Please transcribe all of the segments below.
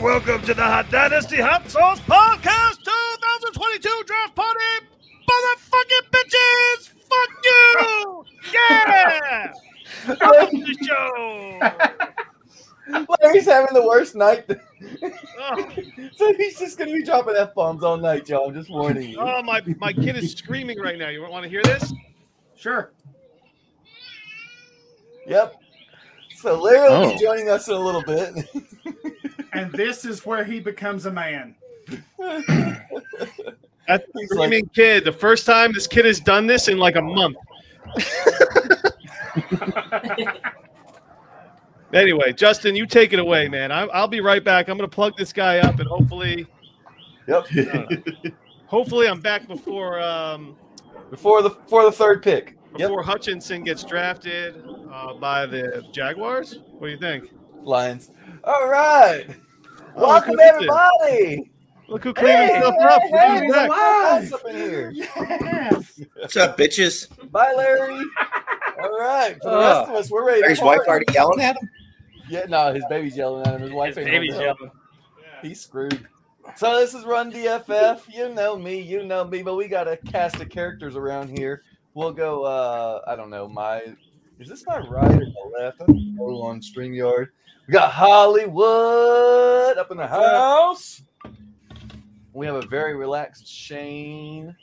Welcome to the Hot Dynasty Hot Sauce Podcast 2022 Draft Party. Motherfucking bitches! Fuck you! Yeah! Welcome to the show! Larry's having the worst night. Oh, so he's just gonna be dropping f bombs all night, Joe. I'm just warning you. oh, my, my kid is screaming right now. You want to hear this? Sure. Yep. So Larry will Oh. be joining us in a little bit. And this is where he becomes a man. That's a He's like- screaming kid. The first time this kid has done this in like a month. Anyway, Justin, you take it away, man. i I'll be right back. I'm going to plug this guy up, and hopefully, yep. hopefully, I'm back before um, Before the before the third pick. Yep. before Hutchinson gets drafted uh, by the Jaguars. What do you think? Lions. All right. Oh, Welcome look who did it. everybody. Look who cleaned Hey, himself up. Look hey, who's hey, back. Us up in here. Yes. What's up, bitches? Bye, Larry. All right. For the Oh. Uh. rest of us, we're ready. to Larry's wife party. already yelling at him. Yeah, no, his baby's yelling at him. His wife ain't home to help. He's screwed. So this is Run DFF. You know me, you know me, but we got a cast of characters around here. We'll go. uh I don't know. My is this my right or my left? I don't know on Streamyard. We got Hollywood up in the house. We have a very relaxed Shane.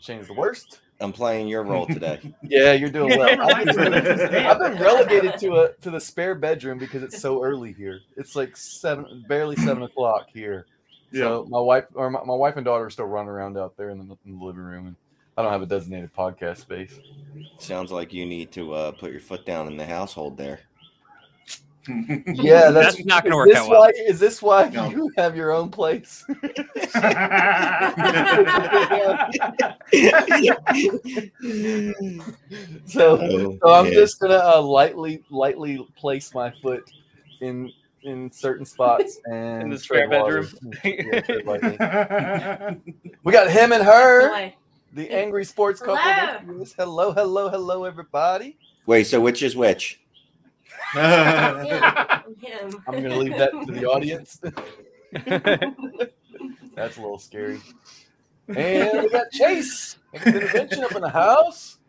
Shane's the worst. I'm playing your role today. Yeah, you're doing well. I've been, I've been relegated to a to the spare bedroom because it's so early here. It's like seven, barely seven o'clock here. So my wife or my, my wife and daughter are still running around out there in the, in the living room, and I don't have a designated podcast space. Sounds like you need to uh, put your foot down in the household there. Yeah, that's, That's not gonna is work this out well. Why, is this why No. you have your own place? so, Oh, so I'm yeah. just gonna uh, lightly, lightly place my foot in in certain spots and the tread spare water. Yeah, tread lightly. That's we got him and her. Boy. The angry sports couple. Hello. with us. Hello, hello, hello, everybody. Wait, so which is which? Yeah, him. I'm gonna leave that to the audience. That's a little scary. And we got Chase. It's an intervention up in the house.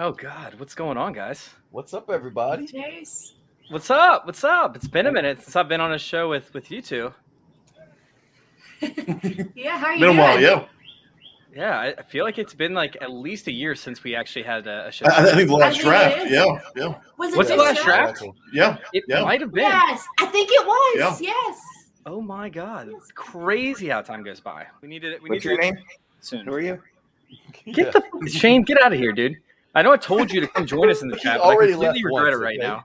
Oh God, what's going on, guys? What's up, everybody? Chase. What's up? What's up? It's been a minute since I've been on a show with with you two. Yeah, how are Been a you doing? while, yeah. Yeah, I I feel like it's been like at least a year since we actually had a, a show. I, I think the last I think it draft. is. Yeah, yeah, Was it What's the this last show? draft? yeah. it yeah. might have been. Yes, I think it was. Yeah. Yes. Oh my God, it's crazy how time goes by. We needed it. We What's needed your it name? Who soon. are you? Get the f- Shane, get out of here, dude. I know I told you to come join us in the He chat, but I already completely left regret it once, right okay? now.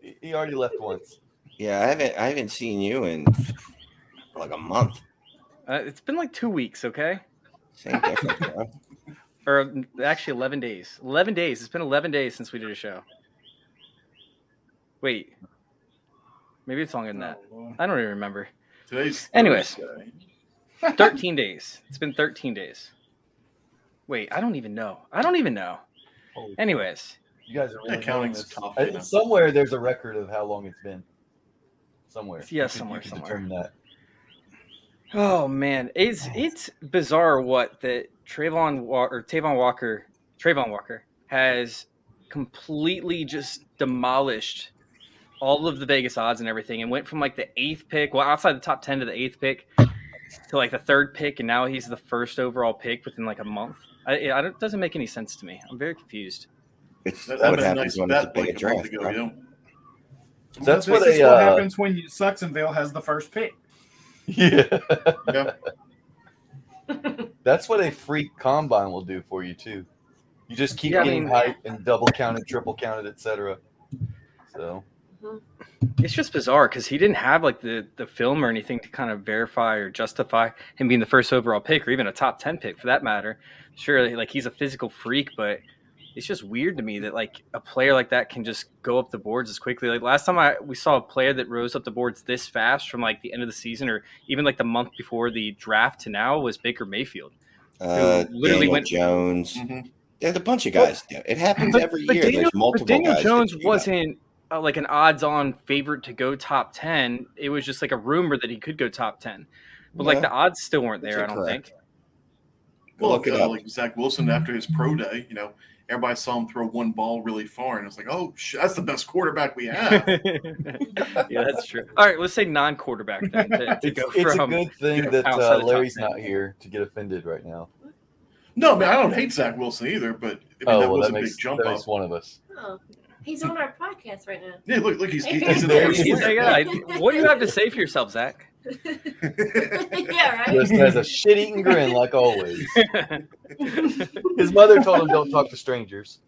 Yeah. He already left once. Yeah, I haven't I haven't seen you in like a month. Uh, it's been like two weeks, okay? Same difference. bro. Or mm, actually, eleven days. Eleven days. It's been eleven days since we did a show. Wait, maybe it's longer than that. I don't even remember. Today's Anyways. Thursday. 13 days. It's been 13 days. Wait, I don't even know. I don't even know. Holy- Anyways, You guys are really That counting's doing this. tough, I- you know. Somewhere there's a record of how long it's been. Somewhere. Yeah, You could- you somewhere, could somewhere. determine That. oh man, it's it's bizarre what that Trayvon Wa- or Tavon Walker, Trayvon Walker has completely just demolished all of the Vegas odds and everything, and went from like the eighth pick, well outside the top ten to the eighth pick, to like the third pick, and now he's the first overall pick within like a month. I, I don't, it doesn't make any sense to me. I'm very confused. It's That, what would have happens nice when it's a bet big like a month draft. ago, bro. yeah. That's what is a. what Uh, happens when you, Sucksonville has the first pick. uh, yeah. Yeah. That's what a freak combine will do for you too. You just keep Yeah, I getting mean- hype and double counted, triple counted, etc. So It's just bizarre because he didn't have like the the film or anything to kind of verify or justify him being the first overall pick or even a top ten pick for that matter. Sure, like he's a physical freak, but it's just weird to me that like a player like that can just go up the boards as quickly. Like last time I we saw a player that rose up the boards this fast from like the end of the season or even like the month before the draft to now was Baker Mayfield. Uh, Literally Daniel went- Jones. Mhm. Mm-hmm. There's a bunch of guys. do it. It happens every year. There's multiple Daniel guys that Jones do that. wasn't uh, like an odds-on favorite to go top ten. It was just like a rumor that he could go top ten, but like Yeah. the odds still weren't there. That's I don't correct. think. Go Well, look look it at uh, up. like Zach Wilson after his pro day. You know, everybody saw him throw one ball really far, and it's like, oh, sh- that's the best quarterback we have. yeah, that's true. All right, let's say non-quarterback then. To, to It's, go it's a from- good thing you know, that outside uh, the top Larry's ten. not here to get offended right now. no, man, I don't hate Zach Wilson either, but I mean, oh, that well, was that a makes, big jump that up. makes one of us. Oh, he's on our podcast right now. Yeah, look, look, he's, he's, in There there. he He's is. like, "Yeah, I- what do you have to say for yourself, Zach? yeah, right. Just has a shit-eating grin like always. His mother told him don't talk to strangers.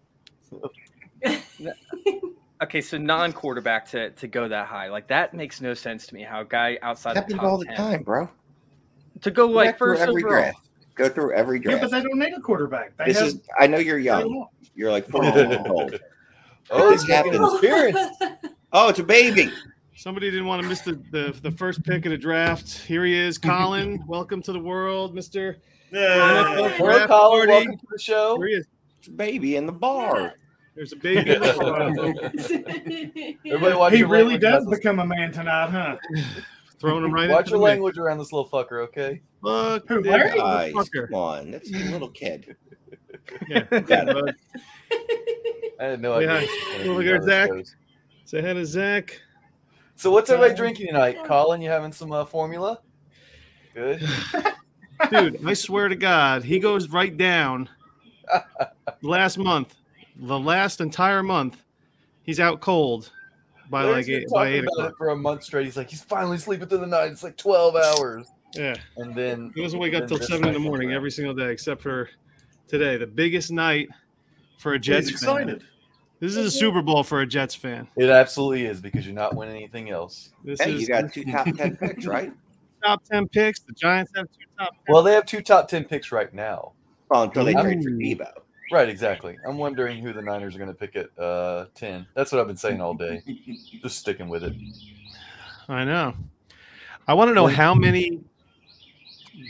okay, so non-quarterback to, to go that high, like that makes no sense to me. How a guy outside the Happens uh, top all the 10 time, bro. to go like Go through first every overall. draft. Go through every Yeah, but draft. they don't need a quarterback. They this have is. I know you're they young. want- You're like four years old. Oh, This it's making an happens. appearance. Oh, it's a baby. Somebody didn't want to miss the, the, the first pick of the draft. Here he is, Colin. welcome to the world, Mister. Yeah. Hello, Draft Colin. party. Welcome to the show. Here he is. It's a baby in the bar. There's a baby. in the car. Everybody watch he your really language does around this- become a man tonight, huh? Throwing him right Watch into your the mix. language around this little fucker, okay? Fuck Who, this Larry? Guys, motherfucker. come on. That's a little kid. Yeah, bud. I had no Yeah. idea. Well, look at Zach. Say hi to Zach. So what's everybody drinking tonight? Colin, you having some uh, formula? Good. Dude, I swear to God, he goes right down last month, the last entire month, he's out cold by Larry's like eight, been by talking eight about o'clock. it for a month straight. He's like, he's finally sleeping through the night. It's like twelve hours, Yeah. and then He doesn't wake up then till this seven in night the comes morning around. every single day, except for today, the biggest night for a Jets He's fan. excited. This is a Super Bowl for a Jets fan. It absolutely is because you're not winning anything else. This Hey, is you got two top ten picks, right? top ten picks. The Giants have two top. 10. Well, they have two top ten picks right now. Well, until they Ooh. trade for Debo. Right, exactly. I'm wondering who the Niners are going to pick at uh, ten. That's what I've been saying all day. Just sticking with it. I know. I want to know how many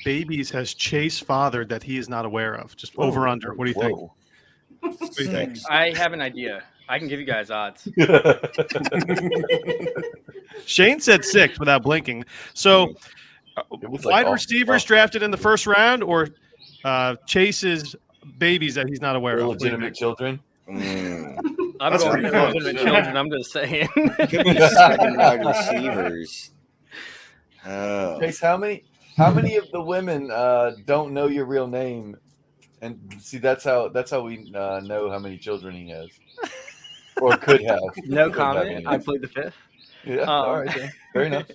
babies has Chase fathered that he is not aware of. Just over under. What do you think? Whoa. What do you think? Six. I have an idea. I can give you guys odds. Shane said six without blinking. So, uh, It was like wide off- receivers off- drafted in the first round or uh, Chase's babies that he's not aware of. What do you Illegitimate children. Mm. I'm That's going pretty for close, the yeah. children. I'm just saying. Could be seven wide receivers. Oh, Chase, how many how many of the women uh, don't know your real name? And see, that's how that's how we uh, know how many children he has, or could have. No Could have comment. I any. played the fifth. Yeah, Um, all right, then. fair enough.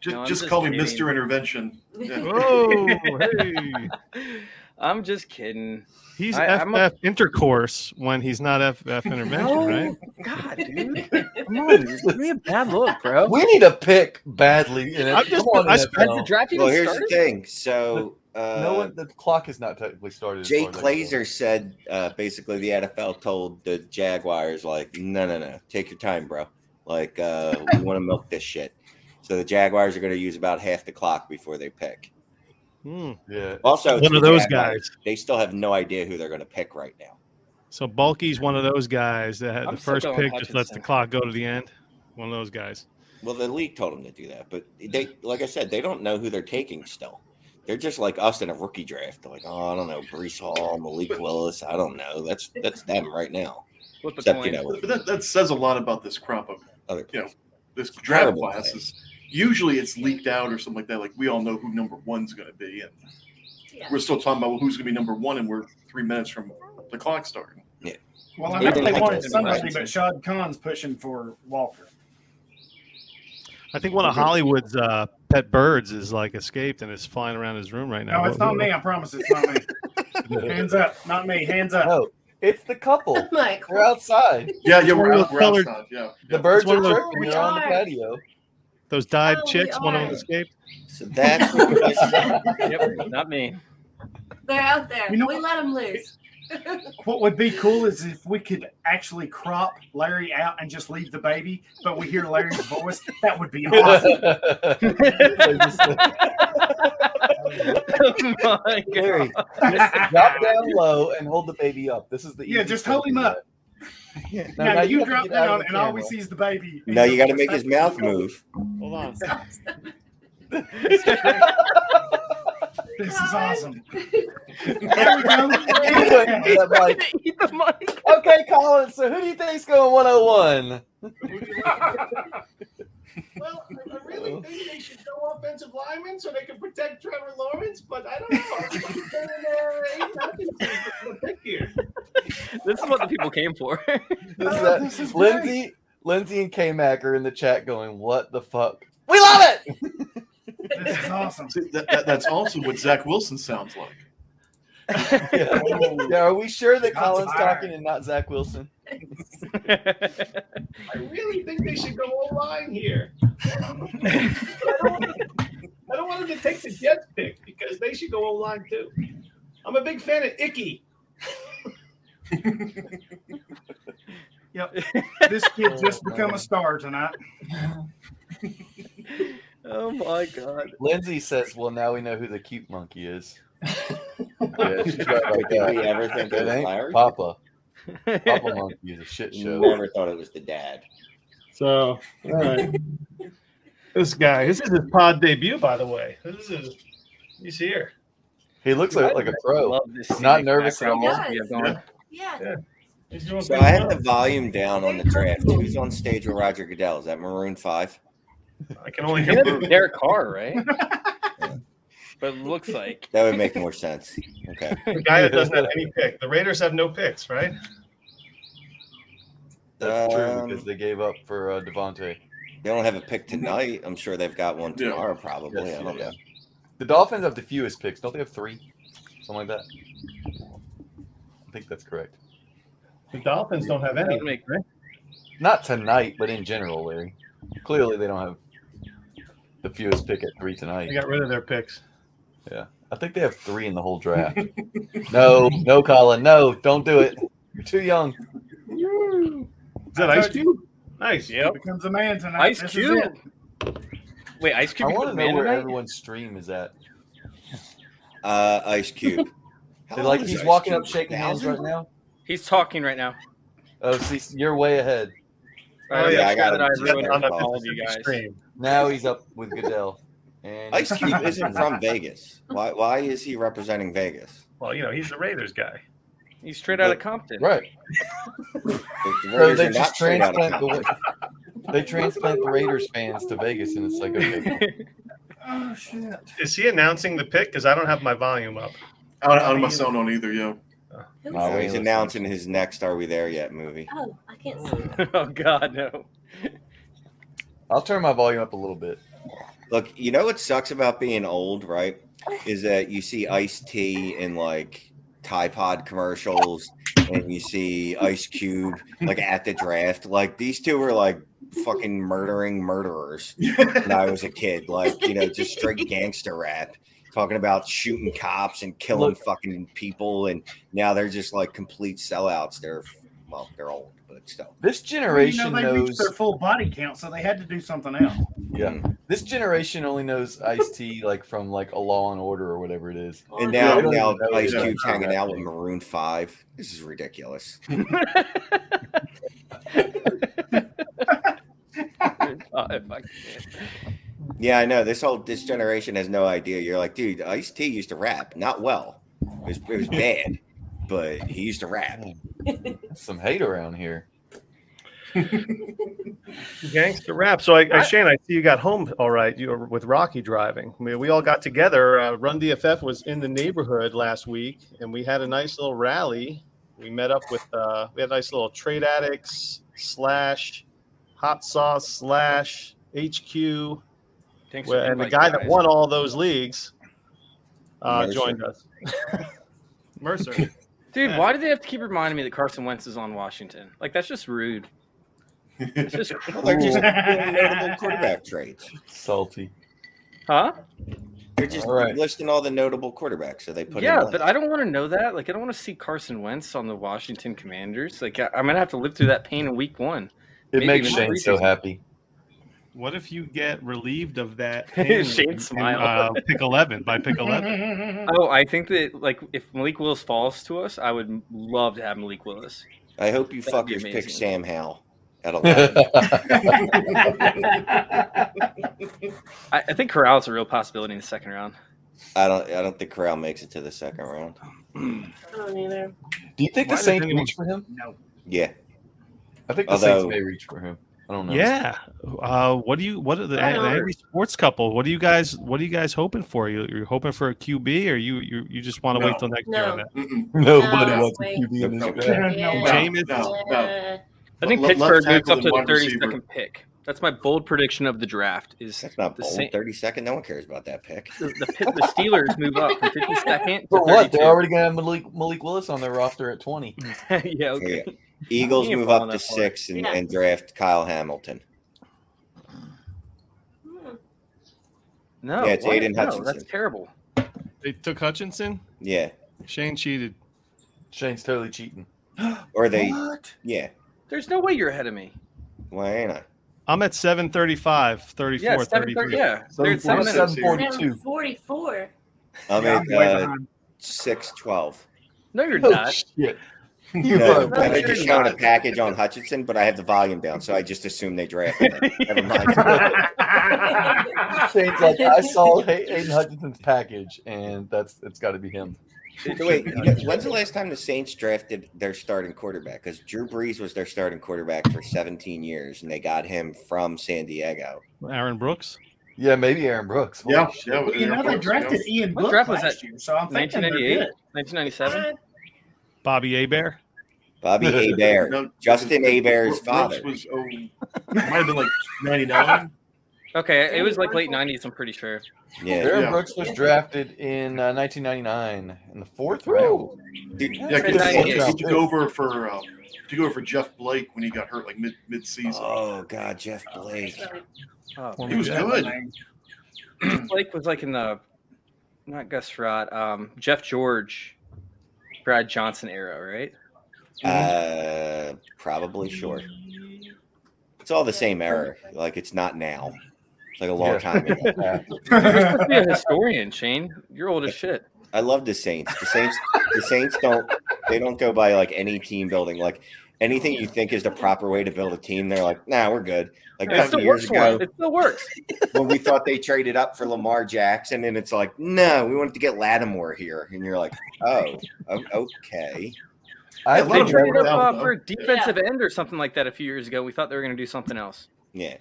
Just, No, I'm just just call me kidding. Mr. Intervention. Yeah. think? Oh, hey. I'm just kidding. He's I- FF I'm a- intercourse when he's not FF intervention, No. right? God, dude. Come on, just give me a bad look, bro. We need a pick badly. And I'm just- I Has the draft even well, here's started? the thing. So, uh, no one. The clock is not technically started. as Jay far as I can tell. Glazer said uh, basically the NFL told the Jaguars like, no, no, no, take your time, bro. Like, uh, we want to milk this shit. So the Jaguars are going to use about half the clock before they pick. Hmm. Yeah. Also, it's One of the those Jaguars. guys. They still have no idea who they're going to pick right now. So Bulky's one of those guys that had I'm the still first going pick just lets the Hutchinson. clock go to the end. One of those guys. Well, the league told them to do that, but they, like I said, they don't know who they're taking still. They're just like us in a rookie draft. They're like, oh, I don't know, Brees Hall, Malik Willis. I don't know. That's that's them right now. Flip a Except coin. you know, But with that, that says a lot about this crop of other you know this draft Terrible class. Is, usually it's leaked out or something like that. Like we all know who number one's going to be, and Yeah. we're still talking about who's going to be number one, and we're three minutes from the clock starting. Well, I They know don't they like wanted Justin somebody, Jefferson. but Shad Khan's pushing for Walker. I think one of Hollywood's uh, pet birds is like escaped and is flying around his room right now. No, it's not me. I promise it's not me. Hands up, not me. Hands up. No, it's the couple. Like, We're outside. Yeah, yeah, we're, One of those out, we're colored- outside. Yeah, The yeah. birds one are of those- chirping. You're on the We are. patio. Those dyed Oh, we chicks, one of them are. escaped. So that's what we're missing. Yep, not me. They're out there. You know we what? let them loose. What would be cool is if we could actually crop Larry out and just leave the baby, but we hear Larry's voice. That would be awesome. Oh my God. Larry, just drop down low and hold the baby up. This is the Yeah, easiest just way to hold him do up. No, now no, you, have to drop get out of down, the and all we camera. see is the baby. No, you got to make his mouth move. Hold on. This is awesome. That mic. Eat the mic. Okay, Colin. So who do you think's going 101? Oh, Well, I I really think they should go offensive linemen so they can protect Trevor Lawrence, but I don't know. I'm fucking going there, ain't nothing to to pick here. This is what the people came for. This is, Oh, that- this is Lindsay, Lindsay, and K Mac are in the chat going, "What the fuck? We love it." This is awesome. See, that, that- that's also what Zach Wilson sounds like. yeah. Oh, Yeah, Are we sure that Shots Colin's fired. talking and not Zach Wilson? I really think they should go O line here. I don't want them- I don't want them to take the Jets pick because they should go O line too. I'm a big fan of Icky. this kid just Oh, become a star tonight. oh my god. Lindsay says, "Well, now we know who the cute monkey is." yeah, she's right Did about we that. ever think it It was ain't Larry? Papa. Papa Monkey is a shit show. Never thought it was the dad. So, all right. this guy, this is his pod debut, by the way. This is he's here. He looks like, like a pro. Love this Not scenic nervous at background all. music we have going. Yeah. He's doing So I had the volume down on the draft. Who's on stage with Roger Goodell? Is that Maroon Five? I can only Yeah, hear that's Derek Carr, right? but it looks like That would make more sense. Okay. the guy that doesn't have any pick. The Raiders have no picks, right? That's true Um, because they gave up for uh, Devontae. They don't have a pick tonight. I'm sure they've got one Yeah. tomorrow, probably. Yes, I don't yeah, know. The Dolphins have the fewest picks. Don't they have three? Something like that. I think that's correct. The Dolphins don't have that any. would make Not tonight, but in general, Larry. Clearly, they don't have the fewest pick at three tonight. They got rid of their picks. I think they have three in the whole draft. no, no, Colin, no, don't do it. You're too young. Is that Ice Cube? Nice. Yep. Becomes a man tonight. Ice This is Cube. it. Wait, Ice I Cube. want becomes to know man where tonight? everyone's stream is at. Uh, Ice Cube. How They're old like is he's Ice walking Cube? up, shaking hands 2000? right now. He's talking right now. Oh, see, you're way ahead. All Oh, yeah, I'm I got sure that him. I ruined Yeah, it I'm for up all of you guys. Extreme. Now he's up with Goodell. And Ice Cube isn't from Vegas. Why? Why is he representing Vegas? Well, you know, he's the Raiders guy. He's straight out of Compton. right. The- the So Raiders they are just not straight out of transplant Compton. the they transplant the Raiders fans to Vegas, and it's like okay, Oh shit. Is he announcing the pick? Because I don't have my volume up. I don't, I don't my sound on either, yo. Who's- No, So we- he's announcing his next "Are We There Yet" movie. Oh, I can't see. oh God, no. I'll turn my volume up a little bit. Look, you know what sucks about being old, right? Is that you see Ice Tea in like Tide Pod commercials, and you see Ice Cube like at the draft. Like these two were like fucking murdering murderers when I was a kid. Like you know, just straight gangster rap, talking about shooting cops and killing Look. fucking people, and now they're just like complete sellouts. They're well, they're old, but still. This generation you know, they reached knows. their full body count, so they had to do something else. Yeah, Mm. this generation only knows Ice T like from like a Law and Order or whatever it is. And Yeah, now, I don't now even know Ice that. Cube's hanging out with Maroon Five. This is ridiculous. Oh, I fucking can't. Yeah, I know. This whole this generation has no idea. You're like, dude, Ice T used to rap, not well. It was, it was bad, but he used to rap. That's some hate around here. Gangster rap. So, I, I, Shane, I see you got home all right. You were with Rocky driving. I mean, we all got together. Uh, Run DFF was in the neighborhood last week, and we had a nice little rally. We met up with uh, we had a nice little trade addicts slash hot sauce slash HQ, Thanks for Well, and the invite, guy that guys. won all those leagues uh, Mercer. joined us. Mercer. Dude, why do they have to keep reminding me that Carson Wentz is on Washington? Like that's just rude. It's just Oh, Well, they're just cruel. doing notable quarterback traits. Salty. huh? They're just All right. listing all the notable quarterbacks. So they put. Yeah, in one. but I don't want to know that. Like I don't want to see Carson Wentz on the Washington Commanders. Like I, I'm gonna have to live through that pain in Week One. It Maybe makes even Shane so preseason. happy. What if you get relieved of that uh, pain Shane in, smiled. pick 11 by pick Oh, I think that like if Malik Willis falls to us, I would love to have Malik Willis. I hope you That'd be fuckers pick amazing. Sam Howell. That'll I, I think Corral's a real possibility in the second round. I don't. I don't think Corral makes it to the second round. I don't either. Do you think Why the does Saints anyone- reach for him? No. Yeah, I think the Although- Saints may reach for him. I don't know. Yeah. Uh, what do you? What are the, the I don't know. angry sports couple? What do you guys? What are you guys hoping for? You you're hoping for a QB, or you you, you just want to No. wait till next year on No. that? Mm-mm. Nobody No, wants a wait. QB in this No. draft. Yeah. Jameis. No, no. Yeah. I think Left Pittsburgh moves tackle up to and the wide thirty receiver. second pick. That's my bold prediction of the draft. Is that's not The bold. Saint- Thirty second. No one cares about that pick. the, the, Pit- the Steelers move up from fifty second to For what? They're 32. already gonna have Malik, Malik Willis on their roster at twenty. yeah, okay. Yeah. Eagles I ain't move falling up to that far. six and, Yeah. and draft Kyle Hamilton. Hmm. No, Yeah, it's what? Aiden no, that's Hutchinson. terrible. They took Hutchinson. Yeah, Shane cheated. Shane's totally cheating. or they. What? Yeah, There's no way you're ahead of me. why ain't I? I'm at 735, 34, Yeah, it's seven thirty. 33. Yeah, they're at seven minutes. minutes. 742. 44. I'm Yeah, at I'm way uh, behind. six twelve. No, you're Oh, not. shit. You No, no, I no, think you're just showing a package on Hutchinson, but I have the volume down, so I just assume they drafted it. Never mind. Shane's like, I saw Hay- Aiden Hutchinson's package, and that's it's got to be him. So wait, you know, when's the last time the Saints drafted their starting quarterback? Because Drew Brees was their starting quarterback for 17 years, and they got him from San Diego. Aaron Brooks. Yeah, maybe Aaron Brooks. Holy Yeah, shit. yeah. Well, you know they drafted Ian What Book draft was last that? year, so I'm thinking they're 1998? good. 1997. Bobby Abear. Bobby Abear, Justin Abear's father. was oh, it might have been like ninety nine. Okay, it was like late 90s. I'm pretty sure. Yeah, Aaron Yeah. Brooks was drafted in uh, 1999 in the fourth round. Dude, Yeah, That's because right, he 98. he took over for uh, took over for Jeff Blake when he got hurt like mid mid season. oh god, Jeff Blake. Oh, he was good. Blake was like in the not Gus Frott, um, Jeff George, Brad Johnson era, right? Uh, probably sure. It's all the same error. Like it's not now. It's like a long Yeah. time ago. Be a historian, Shane. You're old as shit. I love the Saints. The Saints. The Saints don't. They don't go by like any team building. Like anything you think is the proper way to build a team, they're like, nah, we're good. Like It 50 still years works for ago, him. It still works. when we thought they traded up for Lamar Jackson, and it's like, no, we wanted to get Lattimore here, and you're like, oh, o- okay. I They Yeah, Well, think Lattimore- traded that up was- uh, for a defensive end or something like that a few years ago. We thought they were going to do something else. Yeah.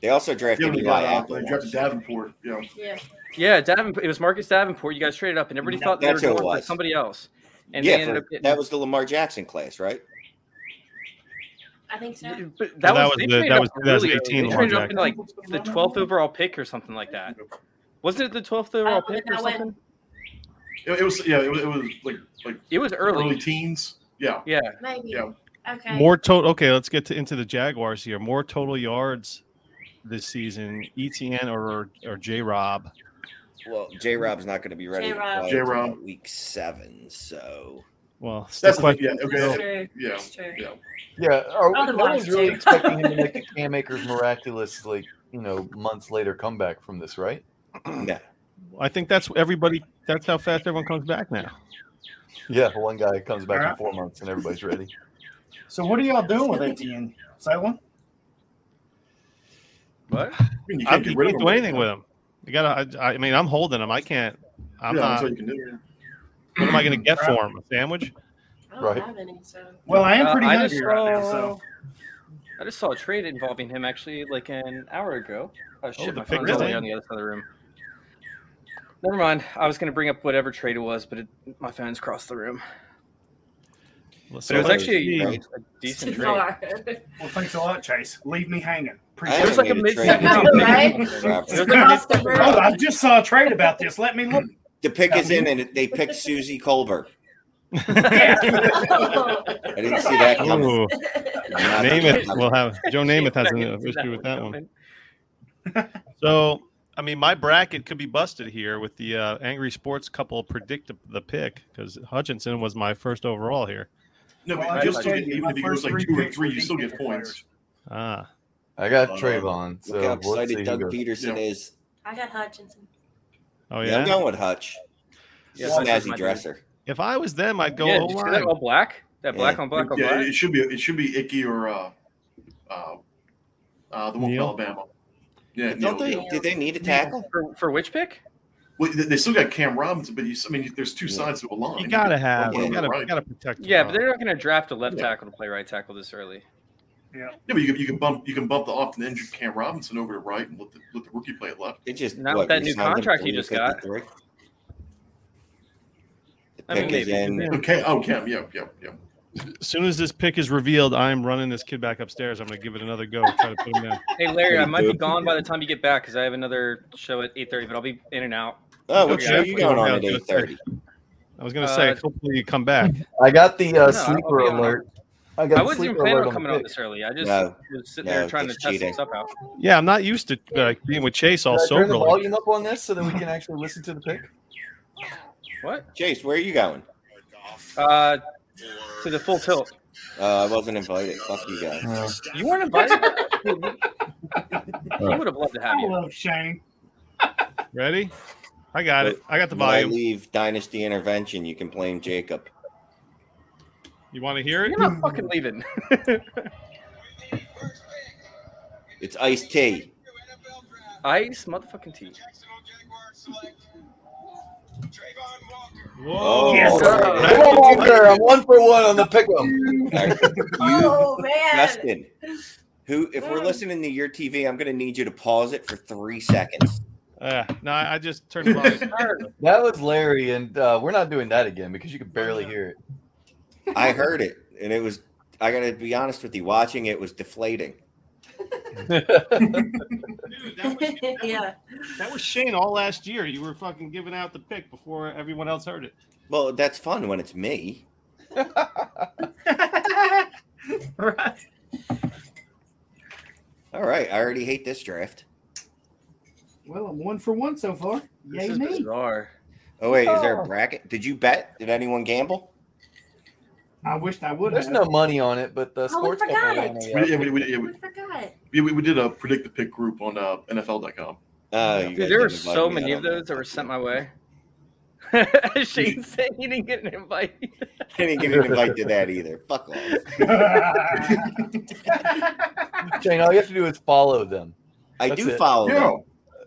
They also Yeah, drafted they Eli got, uh, Apple. they drafted once. Davenport. Yeah, Yeah. Yeah, Davenport, it was Marcus Davenport. You guys traded up, and everybody No, thought they were that's who it going for was. somebody else. And yeah, they ended for- up getting that was the Lamar Jackson class, right? I think so. Yeah, But that, Well, was, they the- traded that up was really early. 2018 They Lamar traded up into like the 12th overall pick or something like that. Wasn't it the 12th Uh, overall when pick or that went- something? it, it was. Yeah, it was, it was like like It was early, early. teens. Yeah, Yeah. Maybe. Yeah. Okay. More total. Okay, let's get to into the Jaguars here. More total yards this season. ETN or or J Rob. Well, J Rob's not going to be ready J-Rob. to play J-Rob. until week seven, so Well, still that's quite- like, yeah. That's Okay, true. yeah, That's true. yeah. yeah. Are, no Otherwise, one's really too. expecting him to make the Cam Akers miraculous, like you know, months later comeback from this, right? no. I think that's everybody. That's how fast everyone comes back now. Yeah, one guy comes back in four months and everybody's ready. So what are y'all doing with Etienne? Say one. What? I mean, you I can't you get rid can't of do him. anything with them. You gotta. I, I mean, I'm holding them. I can't. I'm yeah, not. that's all you can do. What am I gonna get for them? A sandwich? I don't Right. have any, so. Well, I am Uh, pretty I hungry just right now, saw- so I just saw a trade involving him actually like an hour ago. Oh shit, my the pick phone's all the way is on the other side of the room. Never mind. I was going to bring up whatever trade it was, but it, my phone's crossed the room. Let's But it was see. actually a, a It's too decent trade. far. well, thanks a lot, Chase. Leave me hanging. I Appreciate It was haven't like a made trade mid-second yet. round J. pick. Rob. It was like a Cross the mid-second road. Hold on, I just saw a trade about this. Let me Hmm. look. The pick is in, and they picked Susie Colbert. I didn't see that coming. Ooh, Not- Namath will have Joe Oh, Namath has an I didn't see that issue with that one. coming. So, I mean, my bracket could be busted here with the uh, angry sports couple predict the pick because Hutchinson was my first overall here. No, Well, but I you just still tell get, you, even my if it goes first like three two or picks three, were you still get defensive points. Ah, I got Uh, Trayvon, so Look how we'll see excited who Doug goes. Peterson Yeah. is. I got Hutchinson. oh Yeah, I'm yeah. going with Hutch. Yeah, Snazzy that's my dresser. If I was them, I'd go oh yeah, O did you see that line. all black? That black on black on yeah, black. it should be it should be Icky or uh, uh, uh the one Neil? from Alabama. Yeah, Don't Neil, they? Neil. Did they need a tackle? For, for which pick? Well, they- they still got Cam Robinson, but you, I mean, there's two sides to a line. You gotta can have. throw one You over gotta, right. you gotta protect. your Yeah, but guy. they're not going to draft a left Yeah. tackle to play right tackle this early. Yeah, but you, can- you can bump you can bump the often injured Cam Robinson over to right and let the, let the rookie play at left. They just Not with that new re-signed him contract for you just got. 53? The I mean, pick is maybe. in. Okay. Oh, Cam. Yeah. Yeah. Yeah. As soon as this pick is revealed, I'm running this kid back upstairs. I'm gonna give it another go. Try to put him down. Hey Larry, I Pretty might be good. gone by the time you get back because I have another show at eight thirty, but I'll be in and out. Oh, what Okay, show you going on at yeah, eight thirty? I was gonna say, Uh, hopefully you come back. I got the uh, No, sleeper I'll be on alert. I got I the wasn't even sleeper planning alert on on coming the on pick. this early. I just No. was sitting No, there trying to that's test cheating. this up out. Yeah, I'm not used to like being with Chase all Can I turn the soberly. volume up on this so that we can actually listen to the pick. What? Chase, where are you going? Uh, to the full tilt. Uh, I wasn't invited. Fuck you guys. You weren't invited. he would have loved to have I you. love Shane. Ready? I got it. I got the When I volume. leave Dynasty Intervention, you can blame Jacob. You want to hear it? You're not fucking leaving. It's Ice T. Ice motherfucking tea. Oh, Yes, sir. there it is. Come on, Walker. I'm one for one on the pick 'em. Oh man. Justin, who, if we're listening to your TV, I'm going to need you to pause it for three seconds. Uh, no, I I just turned the volume. That was Larry, and uh, we're not doing that again because you could barely hear it. I heard it, and it was. I got to be honest with you. Watching it was deflating. Dude, that was, yeah. that was Shane all last year. You were fucking giving out the pick before everyone else heard it. Well, that's fun when it's me. right. All right, I already hate this draft. Well, I'm one for one so far. This Yay is me. bizarre. Oh wait, is there Oh. a bracket? Did you bet? Did anyone gamble? I wished I would There's have. no money on it, but the Oh, we sports forgot company. it. ran it We, yeah, up. we, we, yeah, I we, forgot. yeah, we, we did a predict the pick group on uh, NFL.com. Oh, you guys Dude, there were didn't invite so me. many I of don't know. those that were sent my way. Shane said he didn't get an invite. I didn't get an invite to that either. Fuck off. Shane, all you have to do is follow them. I That's do it. Oh, follow Yeah.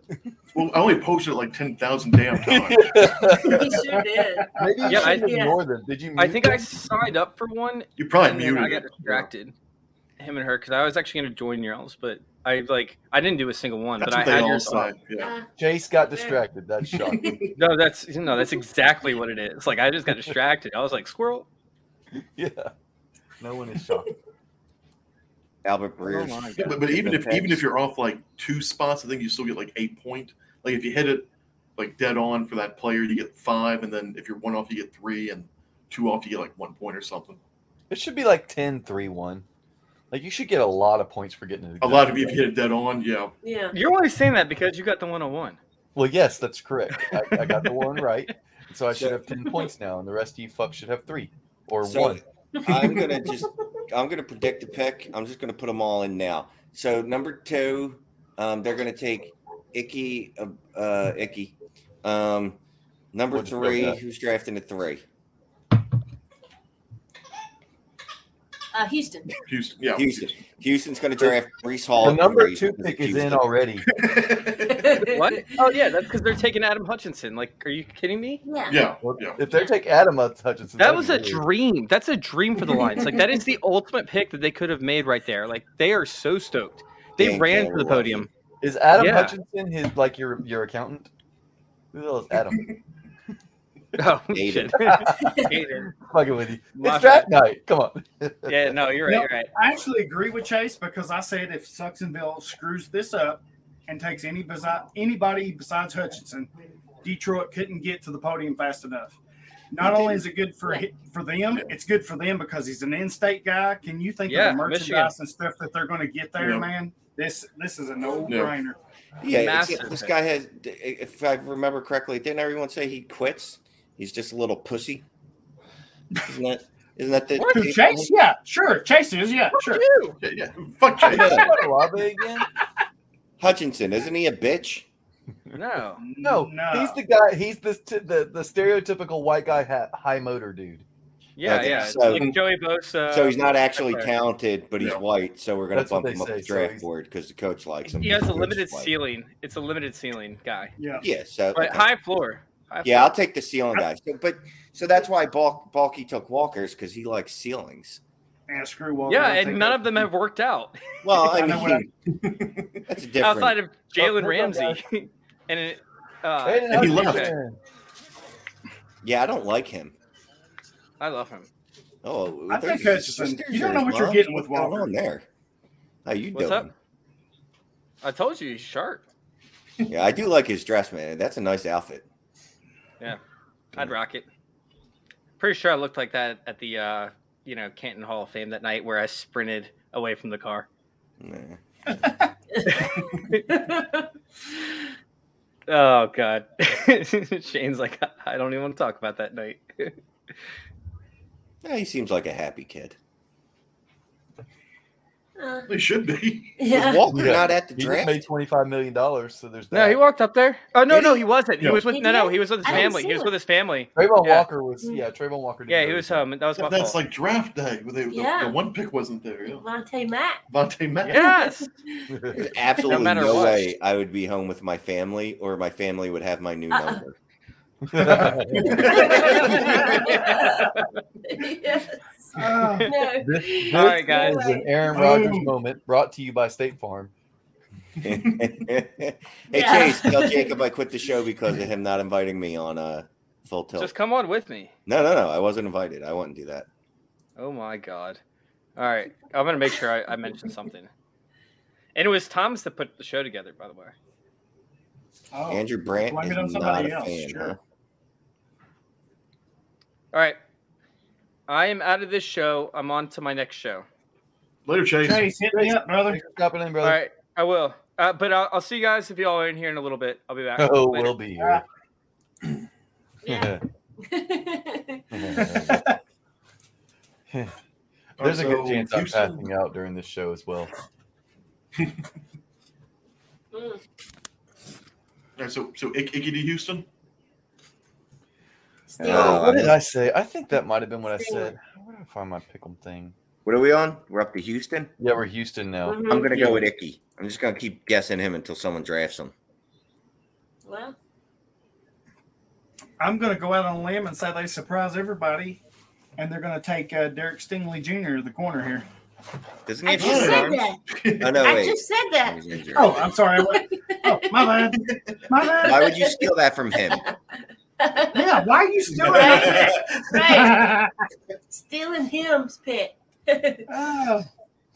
them. Well, I only posted it like ten thousand damn times. He sure did. Maybe you Yeah, I- should ignore them. Did you? I mute think I them? signed up for one You probably and then I muted got it. distracted. Him and her, because I was actually going to join yours, but I like I didn't do a single one, That's but what I they had all yours. on. say. Yeah. Uh, Jace got distracted. That's shocking. No, that's no, that's exactly what it is. Like I just got distracted. I was like squirrel. oh yeah. No one is shocked. Albert Oh Breers. my Yeah, God. but, but even if Okay. even if you're off like two spots, I think you still get like eight point. Like if you hit it like dead on for that player, you get five, and then if you're one off, you get three, and two off, you get like one point or something. It should be like 10 3 1. Like, you should get a lot of points for getting it. A lot of if you hit it dead on, yeah. yeah. You're only saying that because you got the one on one. Well, yes, that's correct. I, I got the one right. So I should So- have 10 points now, and the rest of you fucks should have three or So one. I'm gonna just I'm gonna predict the pick. I'm just gonna put them all in now. So number two, um, they're gonna take Icky uh, uh Icky. Um number What'd you three, feel that? who's drafting the three? Uh, Houston. Houston, yeah. Houston. Houston's gonna draft Brees Hall. The at number three two because pick it's is in Houston. already. What? Oh yeah, that's because they're taking Adam Hutchinson. Like, are you kidding me? Yeah. yeah, Well, yeah. If they take Adam Hutchinson, That that'd was be a weird. dream. That's a dream for the Lions. Like that is the ultimate pick that they could have made right there. Like they are so stoked. They Dang, ran Taylor for the Wilson. podium. Is Adam Yeah. Hutchinson his like your your accountant? Who the hell is Adam? Oh Hated. shit. Hated. Fucking with you. My It's draft night. Come on. Yeah, no, you're right. No. You're right. I actually agree with Chase because I said if Suxonville screws this up and takes any besi- anybody besides Hutchinson, Detroit couldn't get to the podium fast enough. Not only is it good for hi- for them, it's good for them because he's an in-state guy. Can you think Yeah, of the merchandise Michigan. and stuff that they're going to get there, Yeah. man? This this is a no-brainer. Yeah, Massive except this pick. guy has if I remember correctly, didn't everyone say he quits? He's just a little pussy. Isn't that isn't that the Who, Chase? Yeah, sure. Chase is yeah, sure. yeah, yeah. Fuck Chase. Is that Olave again? Hutchinson, isn't he a bitch? No. No, he's the guy. He's the the the stereotypical white guy ha- high motor dude. Yeah, Okay, yeah. so- it's like Joey Bosa. so he's not actually Right there. talented, but he's white. So we're gonna That's what bump they him up say, the so draft he's- board because the coach likes him. He has a The coach limited is white. ceiling. It's a limited ceiling guy. Yeah. Yeah. So But okay. high floor. High yeah, floor. I'll take the ceiling guy. So, but so that's why Balk, Balky took Walker's because he likes ceilings. And screw Walker. yeah, I'll take and none it. of them have worked out Well, I I know what I- mean, that's different. outside of Jalen Oh, Ramsey. and it, uh, Aiden and he Hutchinson. left. yeah, I don't like him. I love him. Oh, I there's think your Hutchinson- sisters you don't there know as what you're well. getting with What's going Walker. on there. How you What's doing? up? I told you he's sharp. Yeah, I do like his dress, man. That's a nice outfit. I'd rock it. Pretty sure I looked like that at the uh, you know Canton Hall of Fame that night where I sprinted away from the car. Nah. Oh God, Shane's like I don't even want to talk about that night. Yeah, he seems like a happy kid. Uh, They should be. Was yeah. Walker Oh, Yeah. not at the He just draft? made twenty five million dollars, so there's that. no, he walked up there. Oh no, Did no, he? he wasn't. He No. was with He no, no, did? he was with his I didn't family. see He was it. with his family. Trayvon Yeah. Mm. Walker was yeah. Trayvon Walker. didn't Yeah, go he to was the- home. That was my That's fault. like draft day. Where they, the- Yeah. the, one pick wasn't there. Yeah. Vontae Matt. Vontae Matt. yes, There's absolutely no, matter what. way I would be home with my family, or my family would have my new Uh-uh. number. yes. Ah, No. This- this All right, guys. is an Aaron Rodgers Boom. moment brought to you by State Farm. hey Yeah. Chase, tell Jacob I quit the show because of him not inviting me on uh, full tilt. just come on with me. no, no, no. I wasn't invited. I wouldn't do that. Oh my god. All right. I'm gonna make sure I, I mention something. And it was Thomas that put the show together, by the way. oh. Andrew Brandt blame is it on not somebody a else, fan. sure. huh? All right. I am out of this show. I'm on to my next show. Later, Chase. Chase, hit me up, brother. Thanks for stopping in, All brother. right. I will. Uh, but I'll, I'll see you guys if y'all are in here in a little bit. I'll be back. Oh, Later. Ah, we'll be here. Yeah. There's a good Also, chance I'm Houston- passing out during this show as well. Mm. All right, so, so Ick, Icky to Houston. Steve, Uh, what did I say? I think that might have been what I Stay on. said. Where did I find my pick'em thing? What are we on? We're up to Houston. Yeah, we're Houston now. mhm. I'm gonna go with Icky. I'm just gonna keep guessing him until someone drafts him. Well, I'm going to go out on a limb and say they surprise everybody, and they're going to take uh, Derek Stingley Jr. the corner here. Doesn't he I have just short said arms? that. Oh no, I wait. just said that. He's injured. Oh, I'm sorry. What- oh, my bad. My bad. Why would you steal that from him? Yeah, why are you still Right. Right. Ah, Stealing him's pet. Uh,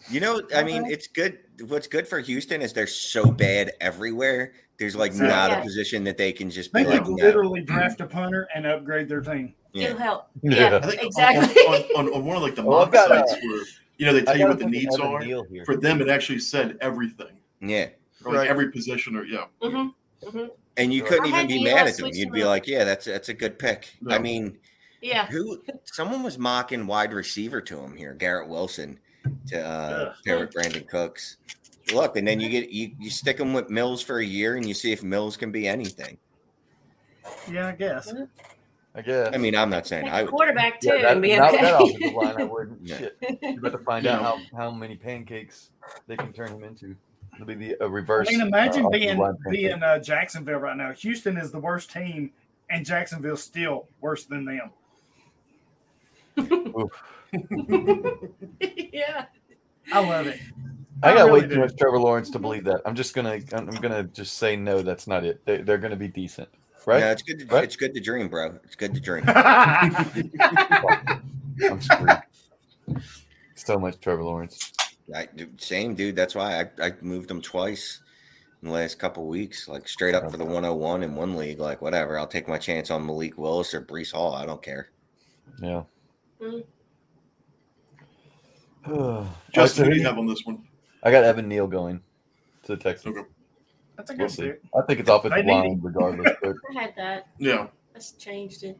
You know, I Uh-huh. mean, it's good. What's good for Houston is they're so bad everywhere. There's like not a Yeah. position that they can just be they like, could no. literally draft a punter and upgrade their team. It'll help. Yeah. I think Exactly. On, on, on, on one of like the Well, I've mock got, uh, sites where you know they tell you what the needs Evan are. Neal here. For them, it actually said everything, Yeah. or like Right. every position, or yeah. hmm hmm And you Sure. couldn't I even had be you mad all at them. switch You'd them be up. like, yeah, that's that's a good pick. No. I mean, Yeah. who someone was mocking wide receiver to him here, Garrett Wilson to uh Ugh. Garrett Brandon Cooks. Look, and then you get you, you stick them with Mills for a year and you see if Mills can be anything. Yeah, I guess. I guess. I mean, I'm not saying I Like would quarterback too. yeah, that, and be not that okay. offensive line, I wouldn't. Yeah. Shit. You're about to find out how, how many pancakes they can turn him into. It'll be the a I reverse. mean, imagine uh, offensive being line pancake. being uh, Jacksonville right now. Houston is the worst team, and Jacksonville's still worse than them. yeah. I love it. I got I way really too do. much Trevor Lawrence to believe that. I'm just gonna I'm I'm gonna just say no. That's not it. They, they're gonna be decent, right? No, it's good to, Right? it's good to dream, bro. It's good to dream. I'm screwed. so much Trevor Lawrence. I, dude, same dude. That's why I, I moved him twice in the last couple weeks, like straight up for the 101 in one league. Like, whatever, I'll take my chance on Malik Willis or Brees Hall. I don't care. Yeah. Mm. Justin, Justin, who do you have on this one? I got Evan Neal going to the Texans. Okay. That's a We'll good see. pick. I think it's offensive They need line regardless. But I had that. Yeah, That's changed it.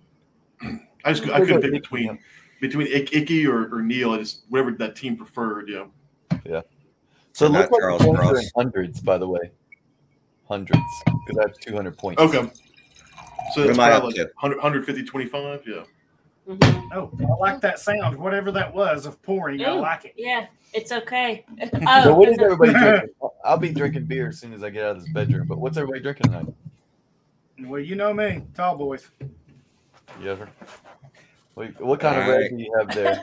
I just I couldn't pick between between Ick, Icky or, or Neil. I just whatever that team preferred. Yeah, So it Not looks like Charles the points are Cross. in hundreds, by the way. Hundreds, because I have 200 points. okay. So What that's am I up probably to? 100, 150, 25. Yeah, Mhm. No, Oh, I like that sound, whatever that was of pouring. I Ooh, like it. Yeah, it's okay. So Oh, what is there's a- everybody drinking? I'll be drinking beer as soon as I get out of this bedroom. But what's everybody drinking tonight? Well, you know me, tall boys. Yes, sir. Wait, What kind of All red right. do you have there?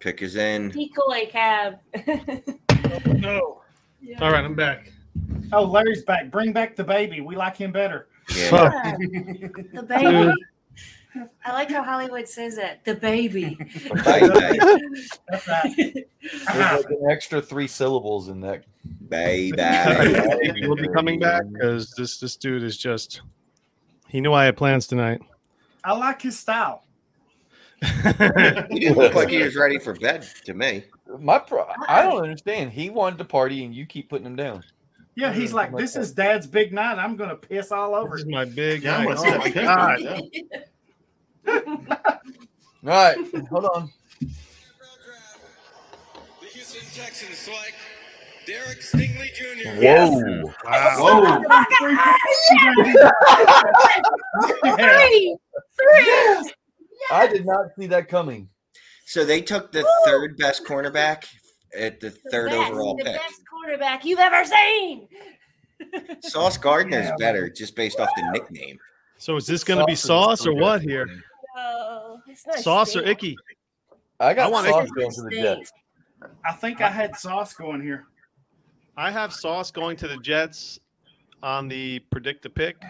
Pick is in. decoy cab. No. Yeah. All right, I'm back. Oh, Larry's back. Bring back the baby. We like him better. Yeah. Yeah. the baby. I like how Hollywood says that. The baby. Bye, bye, That's right. There's like an extra three syllables in that. bye, bye. we'll be coming back because this this dude is just. He knew I had plans tonight. I like his style. He didn't look like he was ready for bed to me. My pro- I don't understand. He wanted to party and you keep putting him down. Yeah, Mm-hmm. he's like, this is dad's big night. I'm going to piss all over this is it. my big. Yeah, I'm night. gonna see Oh that my picture. god! Yeah. All right, hold on. The Houston Texans select Derek Stingley Jr. Whoa. Whoa. Yeah. I did not see that coming. So they took the third best cornerback at the third best, overall The pick. best quarterback you've ever seen. Sauce Gardner's better just based off the nickname. So is this going to be Sauce is sauce or what here? No, it's not Sauce or Sting. icky? I I got want sauce to- going to the Sting. Jets. I think I had sauce going here. I have Sauce going to the Jets on the predict the pick,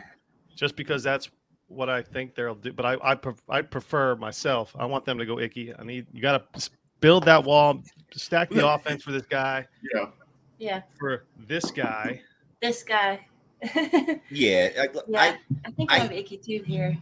just because that's what I think they'll do. But I I, pref- I prefer myself. I want them to go icky. I need you got to build that wall, stack the offense for this guy, Yeah. Yeah, for this guy. this guy. yeah, Yeah, I, I, think I, I- have icky too here.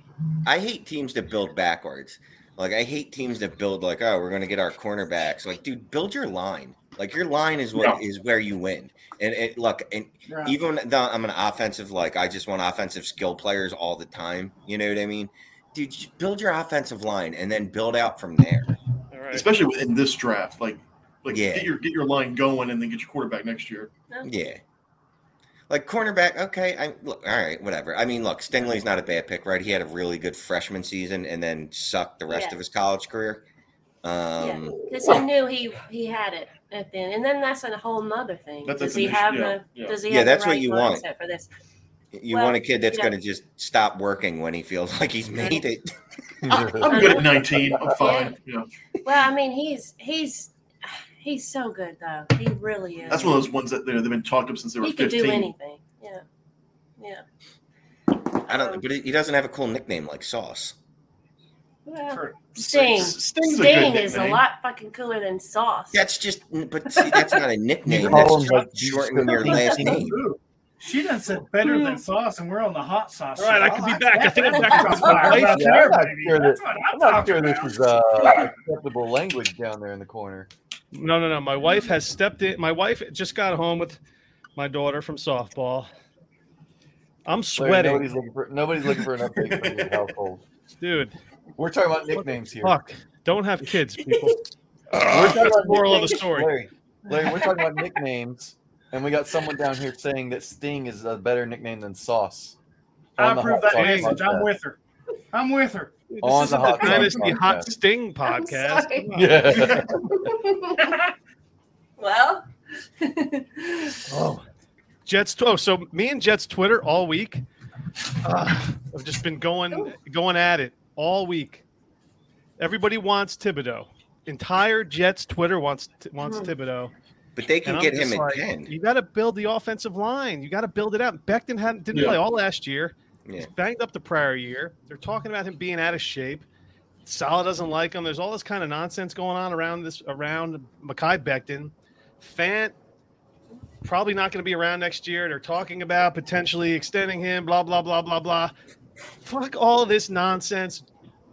I, I hate teams that build backwards. Like I hate teams that build like, oh, we're gonna get our cornerbacks. Like, dude, build your line. Like your line is what is where you win. And it, look, and Right. even though I'm an offensive, like I just want offensive skill players all the time. You know what I mean? Dude, just build your offensive line and then build out from there. All right. especially in this draft. Like, like Yeah. get your get your line going, and then get your quarterback next year. Yeah. Like cornerback, okay. I look, all right, whatever. I mean, look, Stingley's not a bad pick, right? He had a really good freshman season and then sucked the rest Yeah. of his college career. Um, Because he knew he he had it at the end, and then that's a whole nother thing. That's a does he condition, have yeah, the? yeah. Does he? Yeah, have that's the what right you want. mindset for this. You Well, want a kid that's yeah. going to just stop working when he feels like he's made it. I'm good at 19. I'm fine. You know, Well, I mean, he's he's he's so good though. He really is. that's one of those ones that you know, they've been talked up since they were he could do 15. anything. Yeah, yeah. I don't, but he doesn't have a cool nickname like Sauce. Well, True. Sting. S- Sting, Sting's a good is a nickname. lot fucking cooler than Sauce. That's just, but see, that's not a nickname. call That's him, like, just shortening your last name. Ooh, She done said better than sauce, and we're on the hot sauce. All right, I show. could be like back. that. I think I'm That back to sounds my fine. place. That's Yeah, I'm there, not baby. sure That's that- what I'm I'm not talking sure this about. is uh, acceptable language down there in the corner. No, no, no. My wife has stepped in. My wife just got home with my daughter from softball. I'm Larry, sweating, Nobody's looking for nobody's looking for an update from your household. dude. We're talking about nicknames here. Fuck. Don't have kids, people. We're talking That's the about moral of the nicknames. story. Larry, Larry, we're talking about nicknames, and we got someone down here saying that Sting is a better nickname than Sauce. I On the approve Hot that Sauce message. I'm podcast. with her. I'm with her. This On isn't the Hot Sauce Dynasty Hot podcast. Sting podcast. Yeah. well, Oh, Jets. tw- Oh, so me and Jets Twitter all week. Uh, I've just been going going at it all week. Everybody wants Thibodeau. Entire Jets Twitter wants wants Thibodeau. But they And can I'm get just him in like, 10. You got to build the offensive line. You got to build it out. Beckton had, didn't Yeah. play all last year. Yeah. He's banged up the prior year. They're talking about him being out of shape. Salah doesn't like him. There's all this kind of nonsense going on around this around Makai Becton. Fant probably not going to be around next year. They're talking about potentially extending him. Blah blah blah blah blah. Fuck all this nonsense.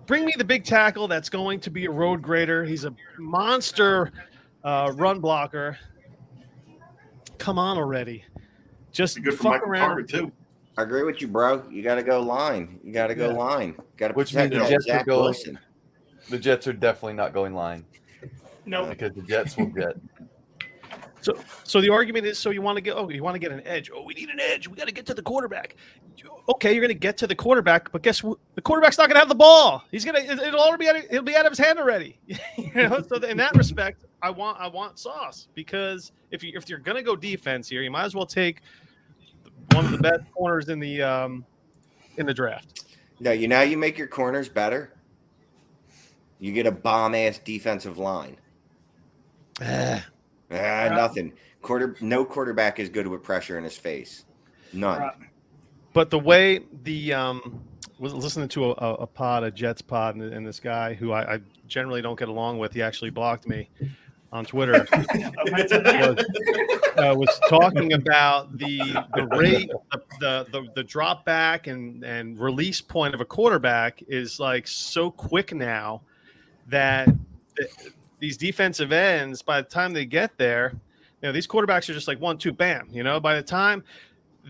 Bring me the big tackle that's going to be a road grader. He's a monster uh, run blocker. Come on already. Just Good for fuck Michael around. Carter too. I agree with you, bro. You got to go line. You got to go Yeah. line. Got to Which protect means that the Jets Zach are going- Wilson. the Jets are definitely not going line No. because the Jets will get. So, so the argument is, so you want to get, oh, you want to get an edge. Oh, we need an edge. We got to get to the quarterback. Okay, you're going to get to the quarterback, but guess what? The quarterback's not going to have the ball. He's going to, it'll already be, out of, it'll be out of his hand already. you know, so in that respect, I want, I want Sauce because if you, if you're going to go defense here, you might as well take one of the best corners in the, um, in the draft. No, you now you make your corners better. You get a bomb ass defensive line. Ah, Ah, nothing. Quarter no quarterback is good with pressure in his face. None. But the way the um, was listening to a, a, a pod, a Jets pod, and, and this guy who I, I generally don't get along with, he actually blocked me on Twitter. was, uh, was talking about the the rate, the, the the drop back and and release point of a quarterback is like so quick now that th- these defensive ends, by the time they get there, you know these quarterbacks are just like one two bam. You know, by the time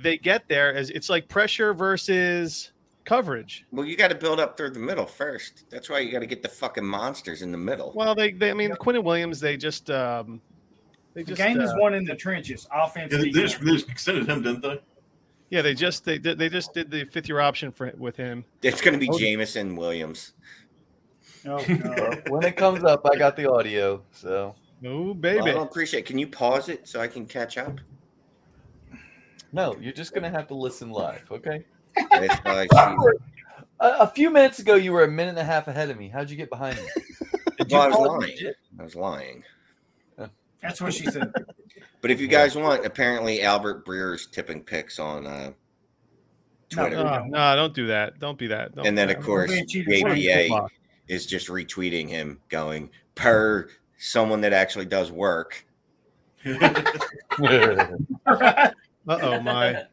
they get there, as it's like pressure versus coverage. Well, you got to build up through the middle first. That's why you got to get the fucking monsters in the middle. Well, they, they I mean, Quinn and Williams, they just um, they The just game is uh, won in the trenches, offense. Yeah, they, they defense. just, they just extended him, didn't they? Yeah, they just they did- they just did the fifth year option for with him. It's going to be Oh. Jamison Williams. Oh, no. when it comes up, I got the audio. So No Well, I baby. don't appreciate. It. Can you pause it so I can catch up? no, you're just gonna have to listen live, okay? That's why I see- A, a few minutes ago, you were a minute and a half ahead of me. How'd you get behind me? Did Well, I was pause lying. it? I was lying. That's what she said. But if you guys want, apparently Albert Breer's tipping picks on uh, No, Twitter, No, no, Ah, don't do that. Don't be that. Don't and be then that. of course We're being cheated. the ABA is just retweeting him, going per someone that actually does work. Uh oh my.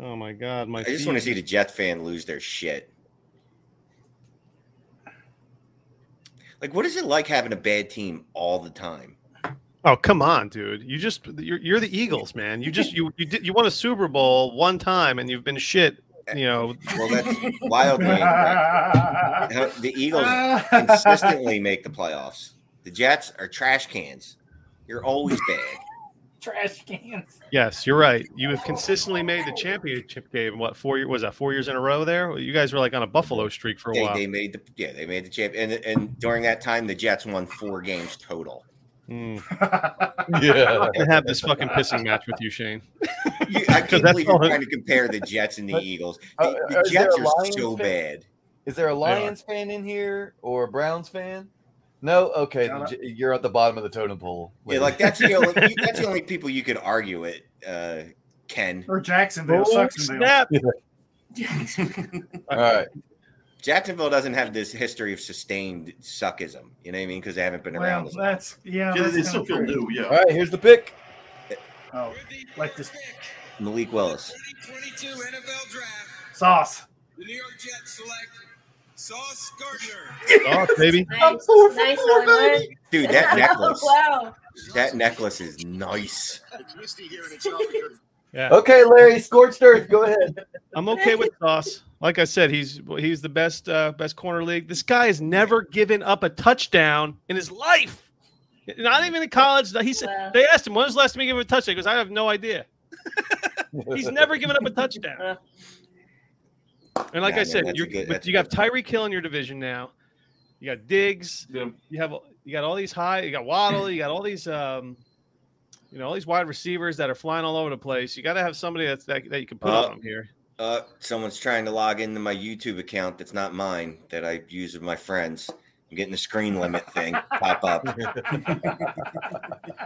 Oh my God, my. I just feet. want to see the Jets fan lose their shit. Like, what is it like having a bad team all the time? Oh come on, dude! You just you're, you're the Eagles, man. You just you you did, you won a Super Bowl one time, and you've been shit. You know, Well, that's wildly incorrect. Ah, How- The Eagles consistently make the playoffs. The Jets are trash cans. You're always bad. Trash cans. yes, you're right. You have consistently made the championship game. What four year was that? Four years in a row there. You guys were like on a Buffalo streak for a They, while. they made the yeah they made the champ and and during that time the Jets won four games total. Mm. yeah. I'm gonna have this fucking pissing match with you, Shane. You, I can't that's believe you're all- trying to compare the Jets and the But- Eagles. Uh, The, uh, the is there Jets a are Lions so fan? bad. Is there a are. Lions fan in here or a Browns fan? No. Okay, Shout the J- you're at the bottom of the totem pole. Yeah, like that's the only you- that's the only people you could argue it. Uh, Ken Or Jacksonville, Oh, Sucksonville. snap. All right. Jacksonville doesn't have this history of sustained suckism. You know what I mean? Because they haven't been around. Well, This long. that's yeah. Yeah, that's they kinda still feel true. new. All Yeah, right. Here's the pick. Oh, like this Malik Willis. 2022 NFL Draft. sauce. The New York Jets select Sauce Gardner. Oh, baby. Nice, four for nice four, Owen. Dude, that necklace. wow. That necklace is nice. It's misty here in Charlotte. Yeah. Okay, Larry. Scorched Earth. Go ahead. I'm okay with Sauce. Like I said, he's he's the best uh, best corner league. This guy has never given up a touchdown in his life. Not even in college. He said Wow. they asked him when was the last time he gave a touchdown. He goes, I have no idea. He's never given up a touchdown. And like Yeah, I man, said, that's you're, a good- but that's a you got good point. Tyreek Hill in your division now. You got Diggs. yeah. You have you got all these high. You got Waddle. You got all these um, you know, all these wide receivers that are flying all over the place. You got to have somebody that's that, that you can put Uh, on them here. Uh, someone's trying to log into my YouTube account that's not mine that I use with my friends. I'm getting the screen limit thing pop up.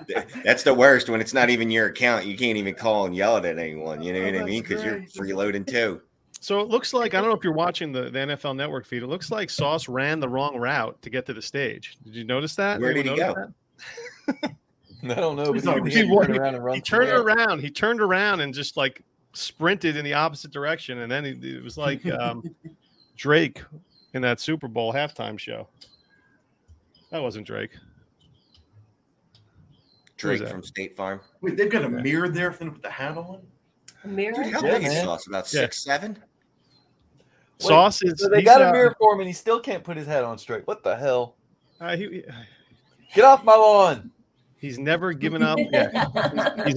Th- that's the worst when it's not even your account. You can't even call and yell it at anyone. You know Oh, what I that's mean? Because you're great. freeloading too. So it looks like I don't know if you're watching the, the NFL Network feed. It looks like Sauce ran the wrong route to get to the stage. Did you notice that? Where did Anyone he notice I don't know. But He- you he- can turn he- around and that? run He turned somewhere. around. He turned around and just like sprinted in the opposite direction, and then he, it was like um, Drake in that Super Bowl halftime show. That wasn't Drake. Drake that? from State Farm. Wait, they've got a Yeah. mirror there for them to put the hat on. A mirror? Dude, how Yeah, big is man. Sauce? About Yeah. six seven? Wait, Sauce is. So they he's, got uh, a mirror for him, and he still can't put his hat on straight. What the hell? uh, he- Get off my lawn! He's never given up. He's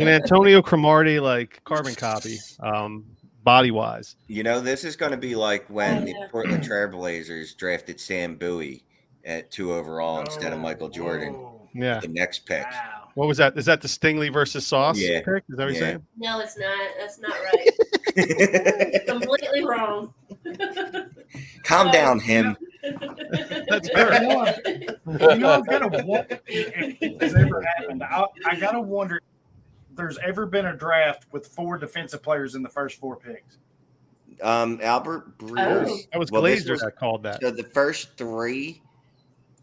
an Antonio Cromartie like carbon copy, um, body wise. You know, this is going to be like Oh, when the Portland Trailblazers drafted Sam Bowie at two overall instead Oh. of Michael Jordan. Yeah. The next pick. What was that? Is that the Stingley versus Sauce Yeah. pick? Is that what you're Yeah. saying? No, it's not. That's not right. Completely wrong. Oh, Calm down, him. That's You know, her. I've- you know, I've got to wonder if it's ever happened. I, I got to wonder if there's ever been a draft with four defensive players in the first four picks. Um, Albert Breer. Oh. That was Well, this Glazer was- that called Oh. that. So the first three,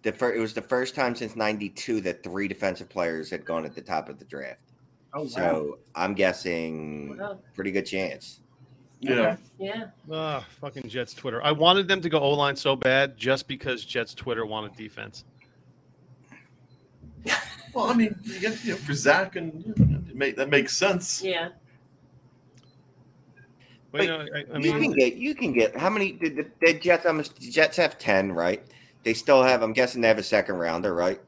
the fir- it was the first time since '92 that three defensive players had gone at the top of the draft. Oh, wow. So I'm guessing pretty good chance. Yeah. Oh, Yeah. Ah, fucking Jets Twitter. I wanted them to go O line so bad just because Jets Twitter wanted defense. Well, I mean, you get, you know, for Zach and you know, it make, that makes sense. Yeah. But, you know, I, I you can mean, get you can get how many did the, the Jets? I'm, the Jets have ten, right? They still have. I'm guessing they have a second rounder, right?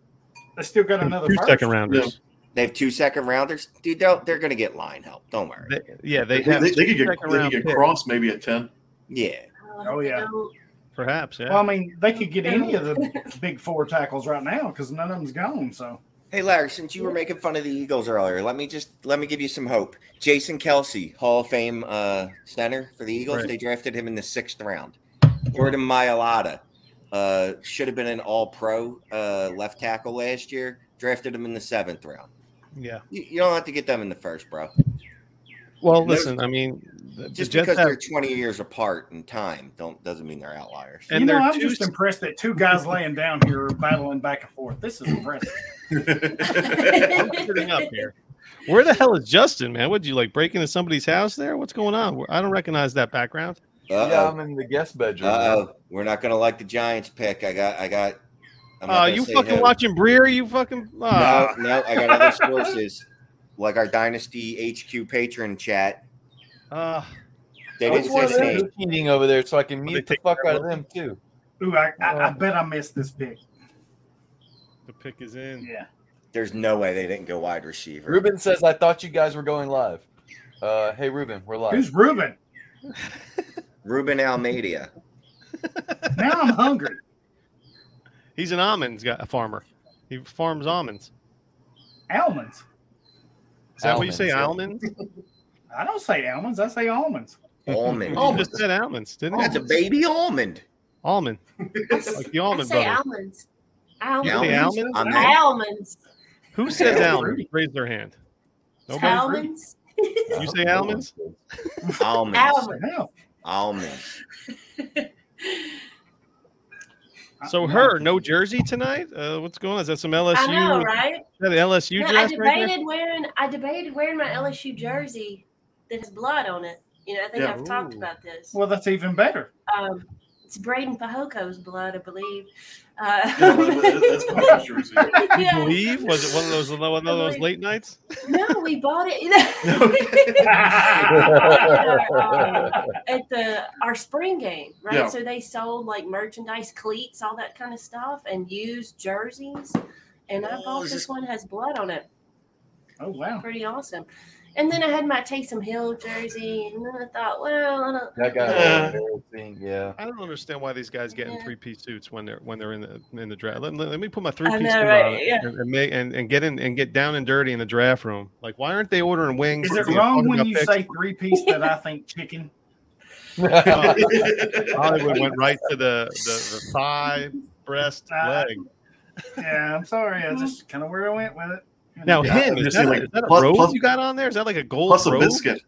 They still got another two first. second rounders. They have two second rounders. Dude, they're, they're going to get line help. Don't worry. They- yeah, they They, have. they, they could two get second they could round get picks, Cross maybe at ten. Yeah. Oh, yeah. perhaps. Yeah. Well, I Um, mean, they could get any of the big four tackles right now because none of them's gone. So Hey Larry, since you were making fun of the Eagles earlier, let me just let me give you some hope. Jason Kelsey, Hall of Fame uh, center for the Eagles, Right. they drafted him in the sixth round. Jordan Mailata uh, should have been an All Pro uh, left tackle last year. Drafted him in the seventh round. yeah. You, you don't have to get them in the first, bro. Well, They're- listen, I mean, the, the Just Jets because have, they're twenty years apart in time, don't doesn't mean they're outliers. and you know, they're I'm two just impressed that two guys laying down here are battling back and forth. This is impressive. I'm sitting up here. Where the hell is Justin, man? Would you like break into somebody's house there? What's going on? Where- I don't recognize that background. Yeah, um, Uh I'm in the guest bedroom. oh, we're not gonna like the Giants pick. I got, I got. I'm not Oh, gonna you say fucking who. watching Breer? You fucking. ah. No, no, I got other sources like our Dynasty HQ patron chat. Ah. They Which didn't one say of his name. them eating over there so I can They mute the take fuck care out of of them too? Ooh, I, I, I bet I missed this pick. the pick is in. Yeah. There's no way they didn't go wide receiver. Ruben says, I thought you guys were going live. Uh, hey, Ruben, we're live. Who's Ruben? Ruben Almeida. Now I'm hungry. He's an almonds guy, a farmer. He farms almonds. Almonds. Is that what you Almonds, say? yeah. Almonds? I don't say almonds. I say almonds. Almond. You just said almonds, didn't That's you? a baby almond. Almond, like the I almond say butter. almonds. Almonds. Say Almonds. almonds? I'm in. Almonds. Who says Yeah. almond? Raise their hand. Nobody. Almonds. Uh, You say almonds? Almonds. Almonds. Hell. Almonds. So her, no jersey tonight. Uh, what's going on? Is that some LSU? I know, right? Is that an LSU No, I dress right there? debated wearing I debated wearing my LSU jersey that has blood on it. You know, I think Yeah. I've talked Ooh. about this. Well, that's even better. Um, it's Braden Fajoco's blood, I believe. Yeah, that- Uh, that- that's my jersey. You yeah. believe? Was it one of those one of those Believe. late nights? No, we bought it. You know, at the our spring game, right? Yeah. So they sold like merchandise, cleats, all that kind of stuff, and used jerseys. And Oh, I bought this one has blood on it. Oh wow. Pretty awesome. And then I had my Taysom Hill jersey, and then I thought, well, I don't. That guy Yeah. embarrassing, yeah. I don't understand why these guys get in Yeah. three piece suits when they're when they're in the in the draft. Let, let, let me put my three piece know, suit right? on Yeah. and, and, make, and and get in and get down and dirty in the draft room. Like, why aren't they ordering wings? Is it They're wrong talking when about you picks. say three piece that I think chicken? Hollywood went right to the the, the thigh, breast, Uh, leg? Yeah, I'm sorry. That's just kind of where I went with it. You Now know? Yeah, him I'm is just that, saying, a- like, is that a plus- robe plus- you got on there? Is that like a gold Plus a robe? biscuit.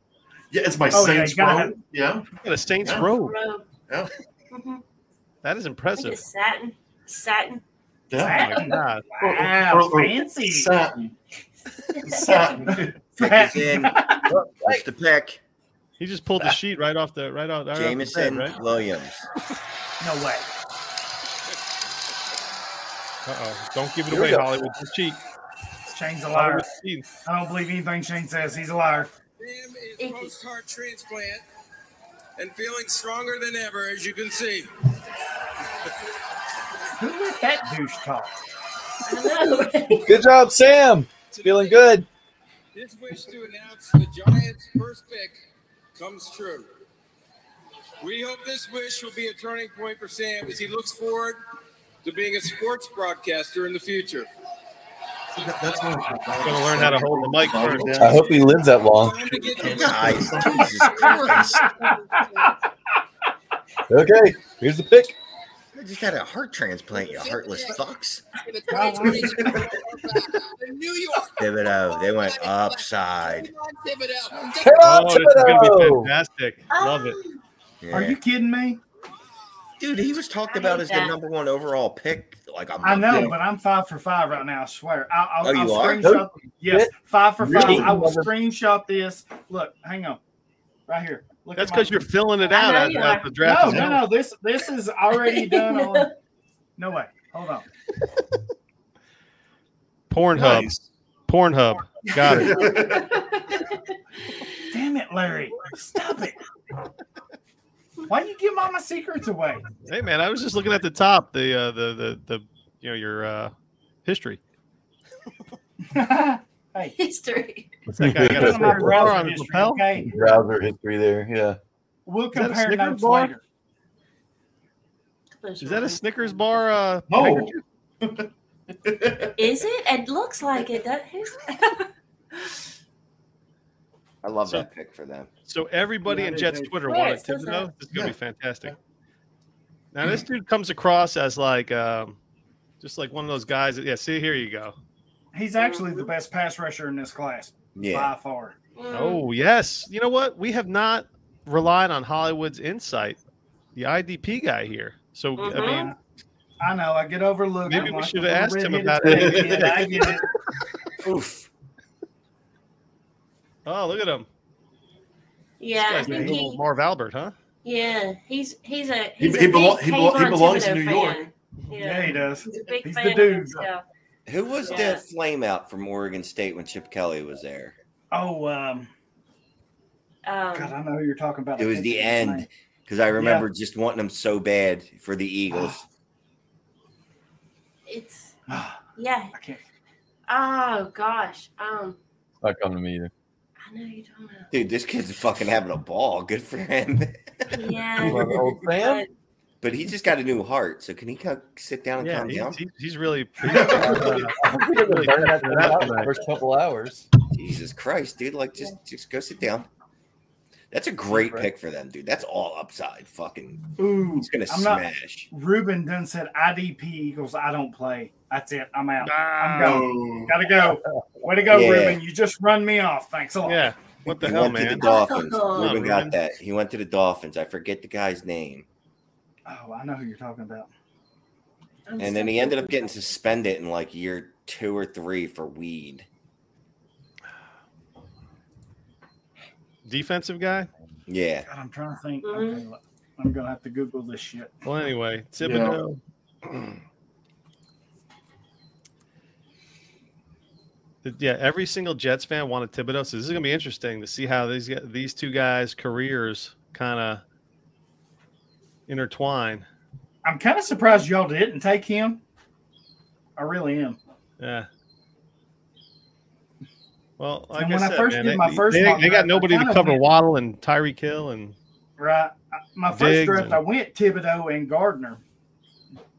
Yeah, it's my Oh, yeah, Saints you gotta robe. Yeah. You got a Saints Yeah. robe. Robe. Yeah. Mhm. That is I think impressive. it's satin, satin. Yeah. Oh my God. Wow, Or- or- Ah, fancy. Satin. Satin. Pick is in. What's the pick? He just pulled the sheet right off the right out. Right off the bed, Jameson right? Williams. No way. Uh oh! Don't give it Here we away, go. Hollywood. Don't cheat. Shane's Oh. a liar. Hollywood's cheating. I don't believe anything Shane says. He's a liar. Liam is post heart transplant and feeling stronger than ever, as you can see. Who let that douche talk? I know. Good job, Sam. Feeling good. His wish to announce the Giants' first pick comes true. We hope this wish will be a turning point for Sam as he looks forward to being a sports broadcaster in the future. That's one of the- Gonna learn how to hold the mic first. I hope he lives that long. Okay, here's the pick. I just had a heart transplant, you heartless fucks. The New York uh, Thibodeau, they went upside. Thibodeau. Oh, this is gonna be fantastic. Love it. Are Yeah. you kidding me? Dude, he was talked I about hate as the that. number one overall pick. Like a I month know, ago. but I'm five for five right now. I swear. I, I'll, Oh, you I'll are? screenshot. Yes, five for five. Really? I will screenshot this. Look, hang on, right here. Look That's at my- because you're filling it I out know as, you as are. the draft is Oh. No, no, going. no. This this is already done. on... No way. Hold on. Pornhub. Nice. Pornhub. Got it. Damn it, Larry. Stop it. Why you give all my secrets away? hey man, I was just looking at the top, the uh, the the the you know your uh, history. hey, History. What's that guy got? that's a my bar on browser his history, lapel? okay? Browser history there. Yeah. We'll that a compare Snickers notes bar? later. Is that a Snickers bar? Uh, Oh, No. Is it? It looks like it. That, who's, I love So- that pick for them. So everybody Yeah, in they- Jets they- Twitter Yeah, wanted it says Thibodeau. that. This is gonna be fantastic. Now this dude comes across as like um, just like one of those guys. That, yeah, see here you go. He's actually the best pass rusher in this class Yeah. by far. Mm-hmm. Mm. Oh yes, you know what? We have not relied on Hollywood's insight, the IDP guy here. So I Mhm. mean, I know. I get overlooked. Maybe I'm we like "Oh, should a have asked him redheaded about it. little kid. I get it. oh look at him. yeah, I this guy's think a little he, Marv Albert, huh? yeah, he's he's a He- he's a he big belo- he belo- he Kayvon belongs in Thibodeau New York. fan. Yeah, he does. He's a big He's the fan of dude. his stuff. Who was Yeah. the flame out from Oregon State when Chip Kelly was there? Oh, um, God, Um, I know who you're talking about. It I was can't the think of his end name. because I remember just wanting him so bad for the Eagles. it's Ah, yeah. I can't. Oh gosh. Um, Not coming to me either. I know you don't know. Dude, this kid's fucking having a ball. Good for him. Yeah. Old Sam? but- but he just got a new heart. So can he co- sit down and Yeah, calm down? he's, he's, he's really. I think I've been burning that thing out in the first couple hours. Jesus Christ, dude! Like just just go sit down. That's a great pick for them, dude. That's all upside. Fucking, Ooh, he's gonna I'm not. smash. Ruben done said IDP Eagles. I don't play. That's it. I'm out. Ah, I'm going. Gotta go. Way to go, Yeah. Ruben. You just run me off. Thanks a lot. yeah. What the he hell, went to the man? Dolphins. Oh, Ruben Ruben. got that. He went to the Dolphins. I forget the guy's name. Oh, I know who you're talking about. I'm And then so- he ended up getting suspended in like year two or three for weed. Defensive guy. Yeah. God, I'm trying to think. Mhm. Okay, look, I'm gonna have to Google this shit. Well, anyway, Thibodeau. Yeah, every single Jets fan wanted Thibodeau, so this is gonna be interesting to see how these gu- these two guys' careers kind of intertwine. I'm kind of surprised y'all didn't take him. I really am. Yeah. Well, like And I when I said, first man, did they, my first they, mock they draft, got I nobody to kinda cover went- Waddle and Tyree Kill, and Right. I- My first Diggs draft, and- I went Thibodeau and Gardner,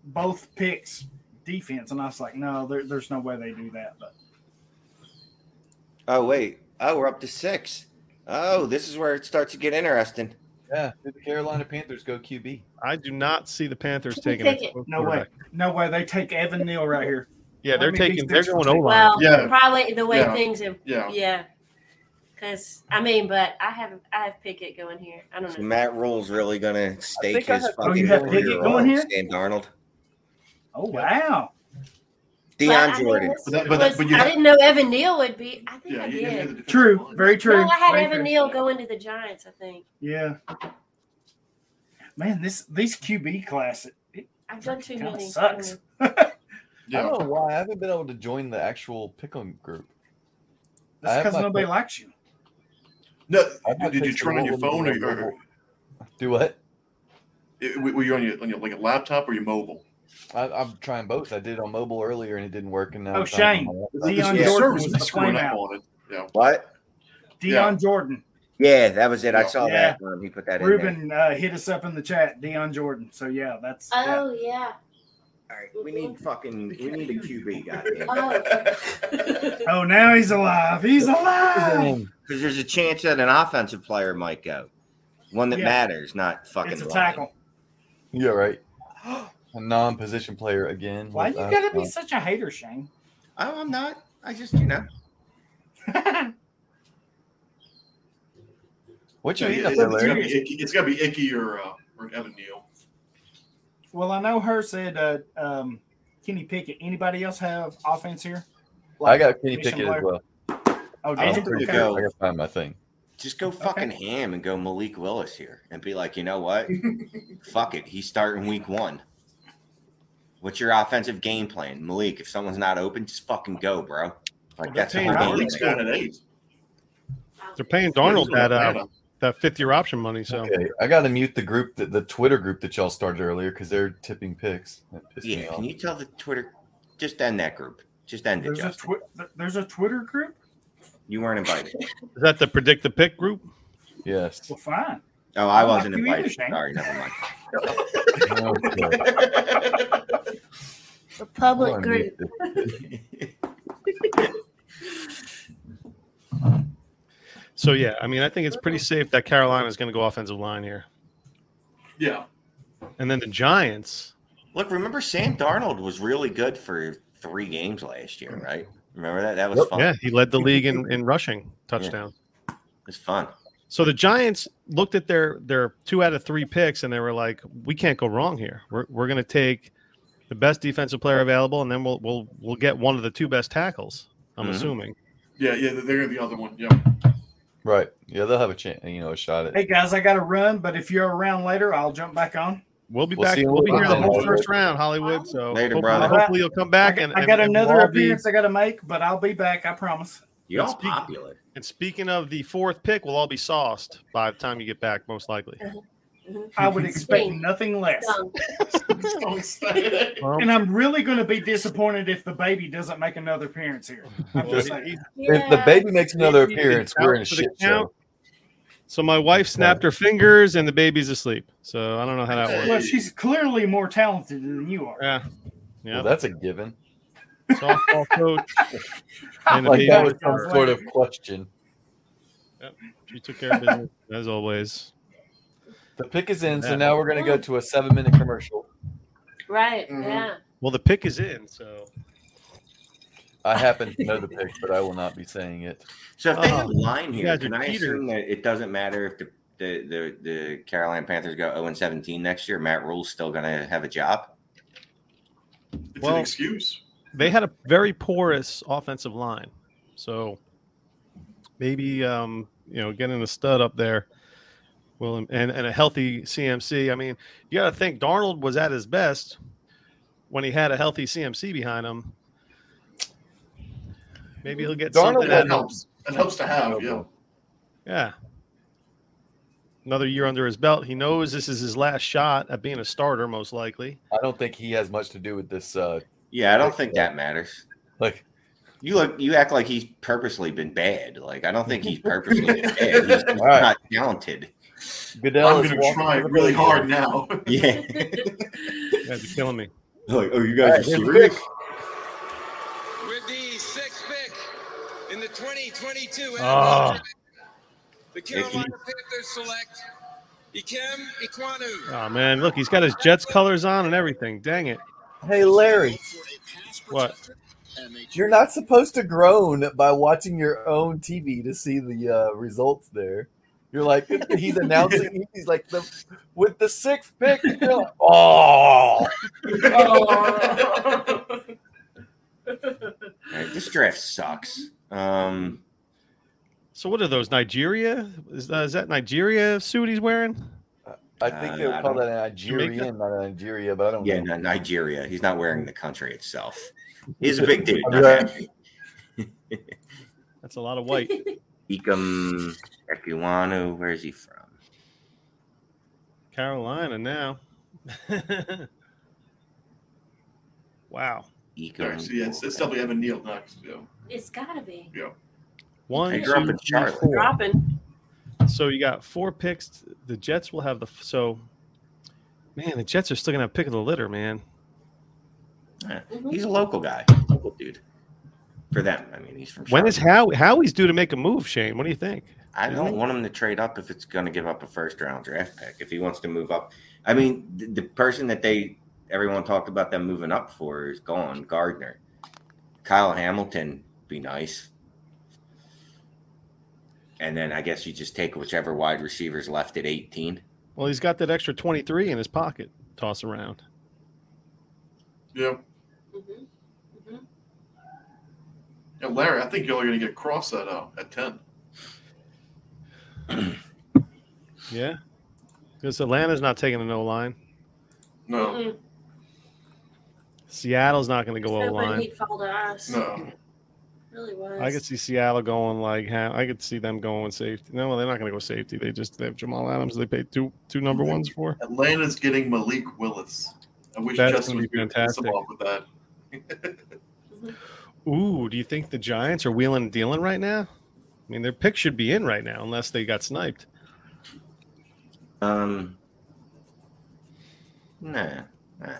both picks defense, and I was like, no, there, there's no way they do that. But Oh wait. Oh, we're up to six. Oh, this is where it starts to get interesting. Yeah. Did the Carolina Panthers go QB? I do not see the Panthers Can we taking take it. it? no way, no way, they take Evan Neal right here. Yeah, they're Let me taking. fix They're this going O real line. Well, Yeah. probably the way Yeah. things have. Yeah. Yeah. Because I mean, but I have I have Pickett going here. I don't So know. Matt Rule's really gonna stake think I his have- Oh, fucking you have career Pickett on going here? Sam Darnold. Oh wow, But I Deion knew Jordan. this But that- but that- was- but you I have- didn't know Evan Neal would be. I think Yeah, I you didn't have the did. defensive true, line. very true. No, I had Very Evan true. Neal going to the Giants. I think Yeah, man, this these QB class, it, it I've done too kind of many. sucks. I Yeah. don't know why I haven't been able to join the actual pick'em group. I That's have because my- nobody likes you. No, I've not did you fixed the turn on your mobile- phone or, mobile- or Do what? it- were you on your on your like a laptop or your mobile? I, I'm trying both. I did on mobile earlier and it didn't work, and now Oh, it's not on shame. my- Leon Yeah. Jordan was the flameout. What? Deion Jordan. Yeah, that was it. I saw Yeah. that when he put that in Ruben uh, hit us up in the chat. Deion Jordan. So yeah, that's. Oh yeah. All right, we need fucking. We need a QB, Oh, Oh. yeah. Oh, now he's alive. He's alive. Because there's a chance that an offensive player might go, one that Yeah. matters, not fucking. It's a lying. tackle. Yeah, right. A non-position player again. Why you with, uh, gotta be uh, such a hater, Shane? Oh, I'm not. I just, you know. What Yeah, you eating it- up it's there, gotta Larry? be icky. It's got to be icky or uh, or Evan Neal. Well, I know her said uh, um, Kenny Pickett. Anybody else have offense here? I got Kenny position Pickett player? as well. Oh, I did you? don't think Okay. so. I gotta find my thing. Just go fucking ham and go Malik Willis here and be like, you know what? Fuck it. He's starting week one. What's your offensive game plan, Malik? If someone's not open, just fucking go, bro. Like that's the paying whole Darnold. game. Malik's going at eight. They're paying Darnold that uh, that fifth year option money. So Okay, I gotta mute the group that the Twitter group that y'all started earlier because they're tipping picks. That pissed me Yeah, off. can you tell the Twitter? Just end that group. Just end it, There's a Justin. twi- th- there's a Twitter group. you weren't invited. is that the predict the pick group? Yes. Well, fine. Oh, I I'm not wasn't you invited. either, Shane. Sorry, never mind. Okay. The Hold public on, group. So yeah, I mean, I think it's Uh-huh. pretty safe that Carolina is going to go offensive line here, Yeah, and then the Giants. Look, remember Sam Darnold was really good for three games last year, right? Remember that? That was fun. Yeah, he led the league in, in rushing touchdown. It was fun. So the Giants looked at their their two out of three picks and they were like, we can't go wrong here. We're, we're going to take the best defensive player available, and then we'll we'll we'll get one of the two best tackles. I'm Mm-hmm. Mhm. assuming. yeah, yeah. They're going to the other one. Yeah, Right. Yeah, they'll have a chance. You know, a shot at. Hey guys, I got to run, but if you're around later, I'll jump back on. We'll be We'll back. see you We'll be here the later, whole Hollywood. first round, Hollywood. So Later, hopefully, brother. hopefully you'll come back. I, and I got and- and another we'll all be- appearance I got to make, but I'll be back. I promise. You're Let's all speak- popular. And speaking of the fourth pick, we'll all be sauced by the time you get back, most likely. I would expect Same. nothing less. Done. so excited. Well, And I'm really going to be disappointed if the baby doesn't make another appearance here. I'm just well, saying. If the Yeah. baby makes another Yeah. appearance, we're in a Out for the shit count. show. so my wife snapped her fingers, and the baby's asleep. So I don't know how that works. Well, she's clearly more talented than you are. Yeah, Well, yeah. that's a given. Softball coach. And the Like baby that was was some her. sort of question. She took care of business as always. The pick is in, so Yeah. now we're gonna go to a seven-minute commercial. Right. Mhm. Yeah. Well, the pick is in, so I happen to know the pick, but I will not be saying it. So if they Oh, have a line you here, guys are can I cheaters. assume that it doesn't matter if the the, the, the Carolina Panthers go 0 17 next year? Matt Rule's still going to have a job. It's Well- an excuse. they had a very porous offensive line. So maybe um, you know, getting a stud up there will and, and a healthy CMC. I mean, you gotta think Darnold was at his best when he had a healthy CMC behind him. Maybe he'll get something Darnold out That of helps. That helps to have. Yeah. Yeah. Another year under his belt. He knows this is his last shot at being a starter, most likely. I don't think he has much to do with this. Uh, Yeah, I don't think that matters. like, You look, you act like he's purposely been bad. Like I don't think he's purposely been bad. He's just All right. not talented. Goodell I'm is going to walking try over the really field. hard now. Yeah. Yeah, you're killing me. like, oh, you All guys right, are here's the serious? pick. With the sixth pick in the 2022 NFL Ah. draft, the Carolina Panthers select Ikem Iquanu. Oh man, look, he's got his Jets colors on and everything. Dang it. Hey, Larry, What? you're not supposed to groan by watching your own TV to see the uh, results there. You're like, he's announcing, he's like, the, with the sixth pick, and Uh, you're like, oh, All right, Uh, this draft sucks. Um, So what are those? Nigeria? Is that, is that Nigeria suit he's wearing? I think they Uh, I would call don't- that a Nigerian, not a Nigeria, but I don't yeah, know. no, Nigeria. He's not wearing the country itself. He's a big dude. All right. That's a lot of white. Ikem Ekiwanu, where is he from? Carolina now. Wow. All right, so yeah, it's, it's definitely Evan Neal next. Yeah. It's gotta be. yeah. One, Hey, two, drop it, three, Charlotte. four. Dropping. So you got four picks. The Jets will have the so. Man, the Jets are still gonna have pick of the litter, man. Mm-hmm. He's a local guy, local dude. For them, I mean, he's from. When Charlotte. is Howie? Howie's due to make a move, Shane? What do you think? I don't want him to trade up if it's going to give up a first round draft pick. If he wants to move up, I mean, the, the person that they everyone talked about them moving up for is gone. Gardner, Kyle Hamilton, be nice. And then I guess you just take whichever wide receivers left at eighteen. Well, he's got that extra twenty three in his pocket. Toss around. Yeah. Mm-hmm. Yeah, Larry, I think you're only going to get cross at uh, at ten. Yeah. Because Atlanta's not taking an O line. No. Seattle's not going to go O Hoping line. he'd fall to us. No. Really was. I could see Seattle going like ha- I could see them going with safety. No, they're not going to go safety. They just they have Jamal Adams. They paid two two number ones for. Atlanta's getting Malik Willis. I wish That's Justin gonna was be going to piss him fantastic. off with that. Ooh, do you think the Giants are wheeling and dealing right now? I mean, their pick should be in right now, unless they got sniped. Um, nah, nah,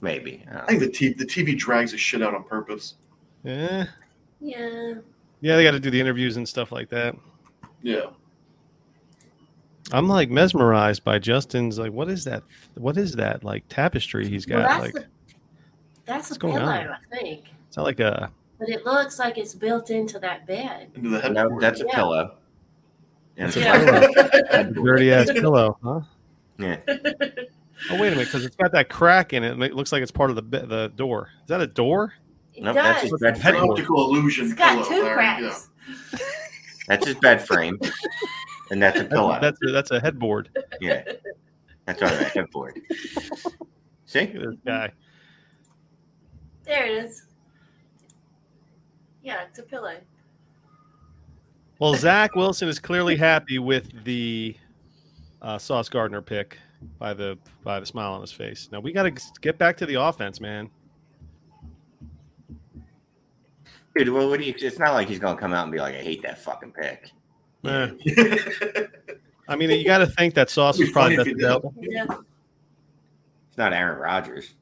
maybe. I I think the T- the TV drags the shit out on purpose. Yeah, Yeah. Eh, yeah, they got to do the interviews and stuff like that. Yeah. I'm like mesmerized by Justin's like, what is that? What is that like tapestry he's Well, got? that's like, the that's a going pillow, on? I think. it's not like a But it looks like it's built into that bed. Into the no, that's a Yeah. pillow. And That's it's a dirty ass pillow, huh? Yeah. Oh wait a minute, because it's got that crack in it. and It looks like it's part of the be- the door. Is that a door? It Nope, that's does. just bed An optical illusion. It's got pillow, two Larry, cracks. That's his bed frame, and that's a pillow. That's a, that's a headboard. yeah, that's on a headboard. See this guy. There it is. Yeah, it's a pillow. Well, Zach Wilson is clearly happy with the uh, Sauce Gardner pick by the by the smile on his face. Now we got to get back to the offense, man. Dude, well, what do you? It's not like he's gonna come out and be like, "I hate that fucking pick." Eh. I mean, you got to think that Sauce was It'd be funny probably if best he did. available. Yeah. It's not Aaron Rodgers.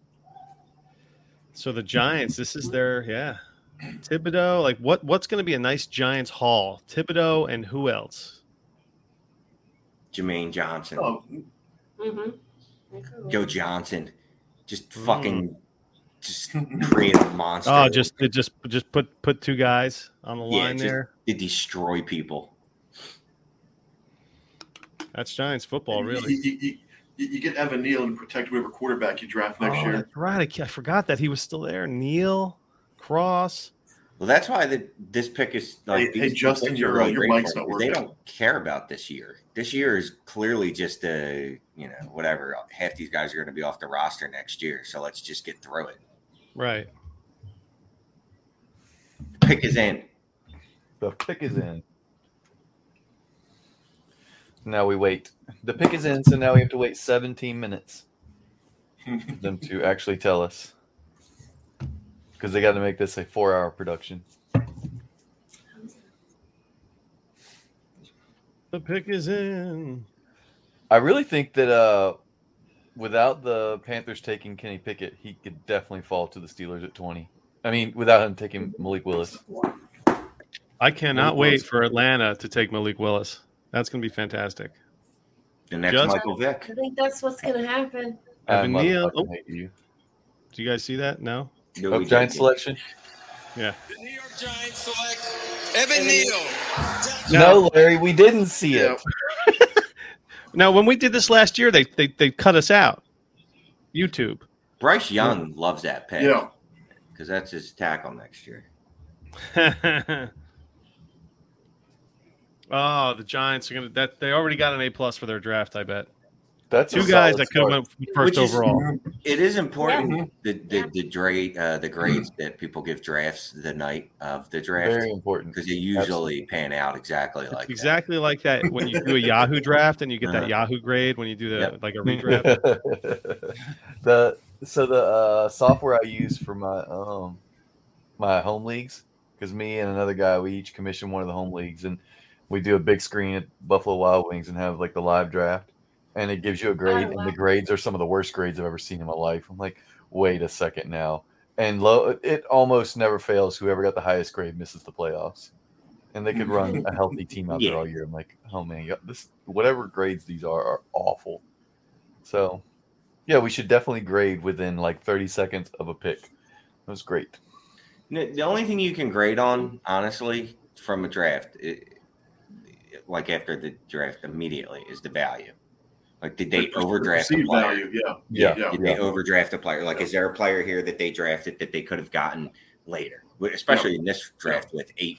So the Giants, this is their yeah. Thibodeau, like what? What's going to be a nice Giants haul? Thibodeau and who else? Jermaine Johnson, Oh, Mm-hmm. Joe Johnson, just fucking, just create a monster. Mm. Oh, just it just just put put two guys on the yeah, line just there. to destroy people. That's Giants football, You- really. You, you- you- you get Evan Neal and protect whoever quarterback you draft next Oh, year. that's right. I ca- I forgot that he was still there. Neil Cross. Well, that's why the, this pick is like. Hey- hey, these two Justin, picks are your, uh, your great mic's for not them, 'cause They working. don't care about this year. This year is clearly just a you know whatever. Half these guys are going to be off the roster next year, so let's just get through it. Right. The pick is in. The pick is in. Now we wait. The pick is in, so now we have to wait 17 minutes for them to actually tell us. Because they got to make this a four hour production. The pick is in. I really think that uh, without the Panthers taking Kenny Pickett, he could definitely fall to the Steelers at 20. I mean, without him taking Malik Willis. I cannot Malik wait Willis. for Atlanta to take Malik Willis. That's going to be fantastic. The next Just- Michael Vick. I think that's what's gonna happen. Evan I Neal. motherfucking Oh. hate you. Do you guys see that? No. Oh, giant selection. Yeah. Giants select Evan Neal. No, Larry, we didn't see it. Now, when we did this last year, they they, they cut us out. YouTube. Bryce Young loves that pick. Yeah. Because that's his tackle next year. oh, the Giants are going to that they already got an A plus for their draft. I bet That's a two guys solid that could have start. went first Which is- overall. It is important the the, the grade uh, the grades that people give drafts the night of the draft Very important. because they usually pan out exactly like that. exactly like that when you do a Yahoo draft and you get that Uh-huh. Yahoo grade when you do the Yep. like a redraft. the so the uh, software I use for my um my home leagues because me and another guy we each commission one of the home leagues and we do a big screen at Buffalo Wild Wings and have like the live draft and it gives you a grade and the grades are some of the worst grades I've ever seen in my life. I'm like, wait a second now, and low it almost never fails. Whoever got the highest grade misses the playoffs. And they could run a healthy team out Yeah. there all year. I'm like, oh man, yeah, this whatever grades these are are awful. So, yeah, we should definitely grade within like 30 seconds of a pick. That was great. No, The only thing you can grade Mm-hmm. on, honestly, from a draft, it, like after the draft immediately, is the value. Like, did they Perceived overdraft a player? value, yeah. Yeah, Did yeah. they overdraft a player? Like, is there a player here that they drafted that they could have gotten later? Well, Especially in this draft with eight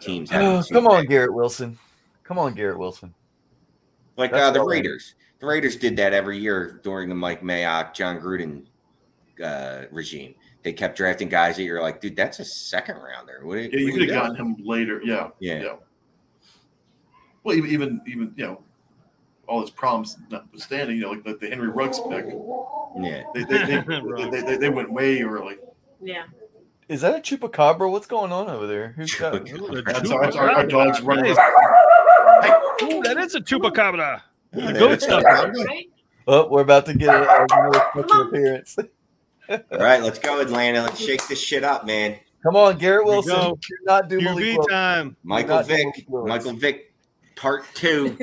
teams. having Oh, two come on, Garrett Wilson. Come on, Garrett Wilson. Like That's uh, the all I- Raiders. The Raiders did that every year during the Mike Mayock, John Gruden uh, regime. They kept drafting guys that you're like, dude, that's a second rounder. What are- Yeah, you what are could have gotten doing? him later. Yeah, Yeah. Well, even even even you know, all his problems notwithstanding, you know, like the, the Henry Ruggs pick. Yeah. They they, they, they, they, they, they went way early. Yeah. Is that a chupacabra? What's going on over there? Who's got Chupacabra. That's our- that's our- our dog's running Nice. Ooh, that is a chupacabra. The goat stuff. Oh, we're about to get a- another special appearance. All right, let's go, Atlanta. Let's shake this shit up, man. Come on, Garrett Wilson. go. Do not do QB Malik Willis. time. Michael Not Vick. Malik Willis. Michael Vick, part two.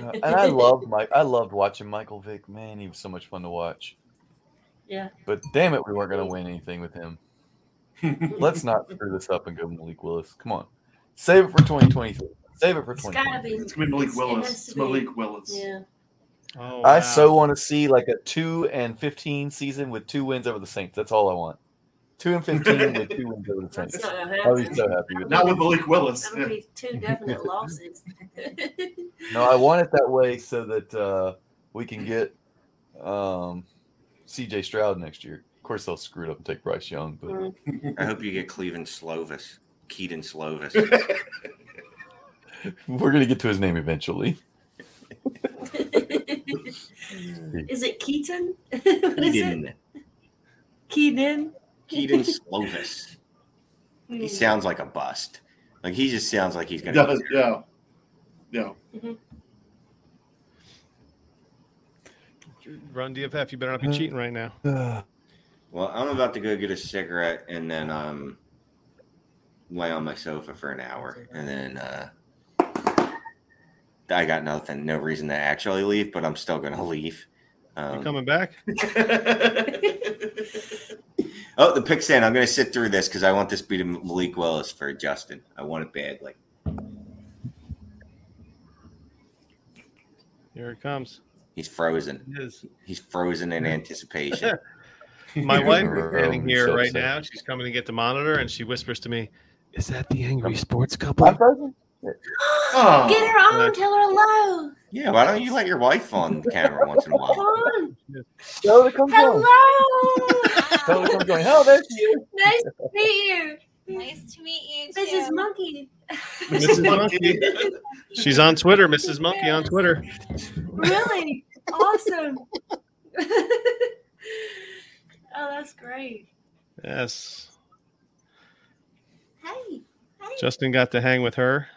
Uh, And I loved Mike. I loved watching Michael Vick. Man, he was so much fun to watch. Yeah. But damn it, we weren't going to win anything with him. Let's not screw this up and go Malik Willis. Come on, save it for 2023. Save it for It's gotta 2023. be. It's gonna be Malik it has Willis. to It's be. Malik Willis. Yeah. Oh, I so want to see like a two and 15 season with two wins over the Saints. That's all I want. Two and 15 with two wins over the Saints. That's not gonna I was happen. so happy with that. Not with Malik Willis. That'll be two definite losses. No, I want it that way so that uh, we can get um, CJ Stroud next year. Of course, they'll screw it up and take Bryce Young, but I hope you get Cleveland Slovis. Keaton Slovis. we're gonna get to his name eventually. is it Keaton? what is it? Keaton. Keaton. Hmm. Keaton Slovis. He sounds like a bust. Like he just sounds like he's He gonna. does, yeah. Yeah. Run DFF. You better not be Uh-huh. cheating right now. Well, I'm about to go get a cigarette and then um lay on my sofa for an hour and then uh I got nothing, no reason to actually leave, but I'm still gonna leave. You Um, coming back? oh, the pick's in. I'm gonna sit through this because I want this to be to Malik Willis for Justin. I want it badly. Here it comes. He's frozen. Yes. He's frozen in anticipation. My wife is Bro, standing I'm here so right upset. now. She's coming to get the monitor, and she whispers to me, "Is that the angry sports I'm couple?" frozen. Oh. Get her on. Tell her hello. Yeah, why don't you let your wife on camera once in a Come while? on. Tell her to come join. Hello. Tell her to come join. Oh, there she is. nice to meet you. Nice to meet you. This too. is Monkey. Mrs. Monkey. She's on Twitter. Mrs. Monkey on Twitter. Really awesome. oh, that's great. Yes. Hey. Justin got to hang with her.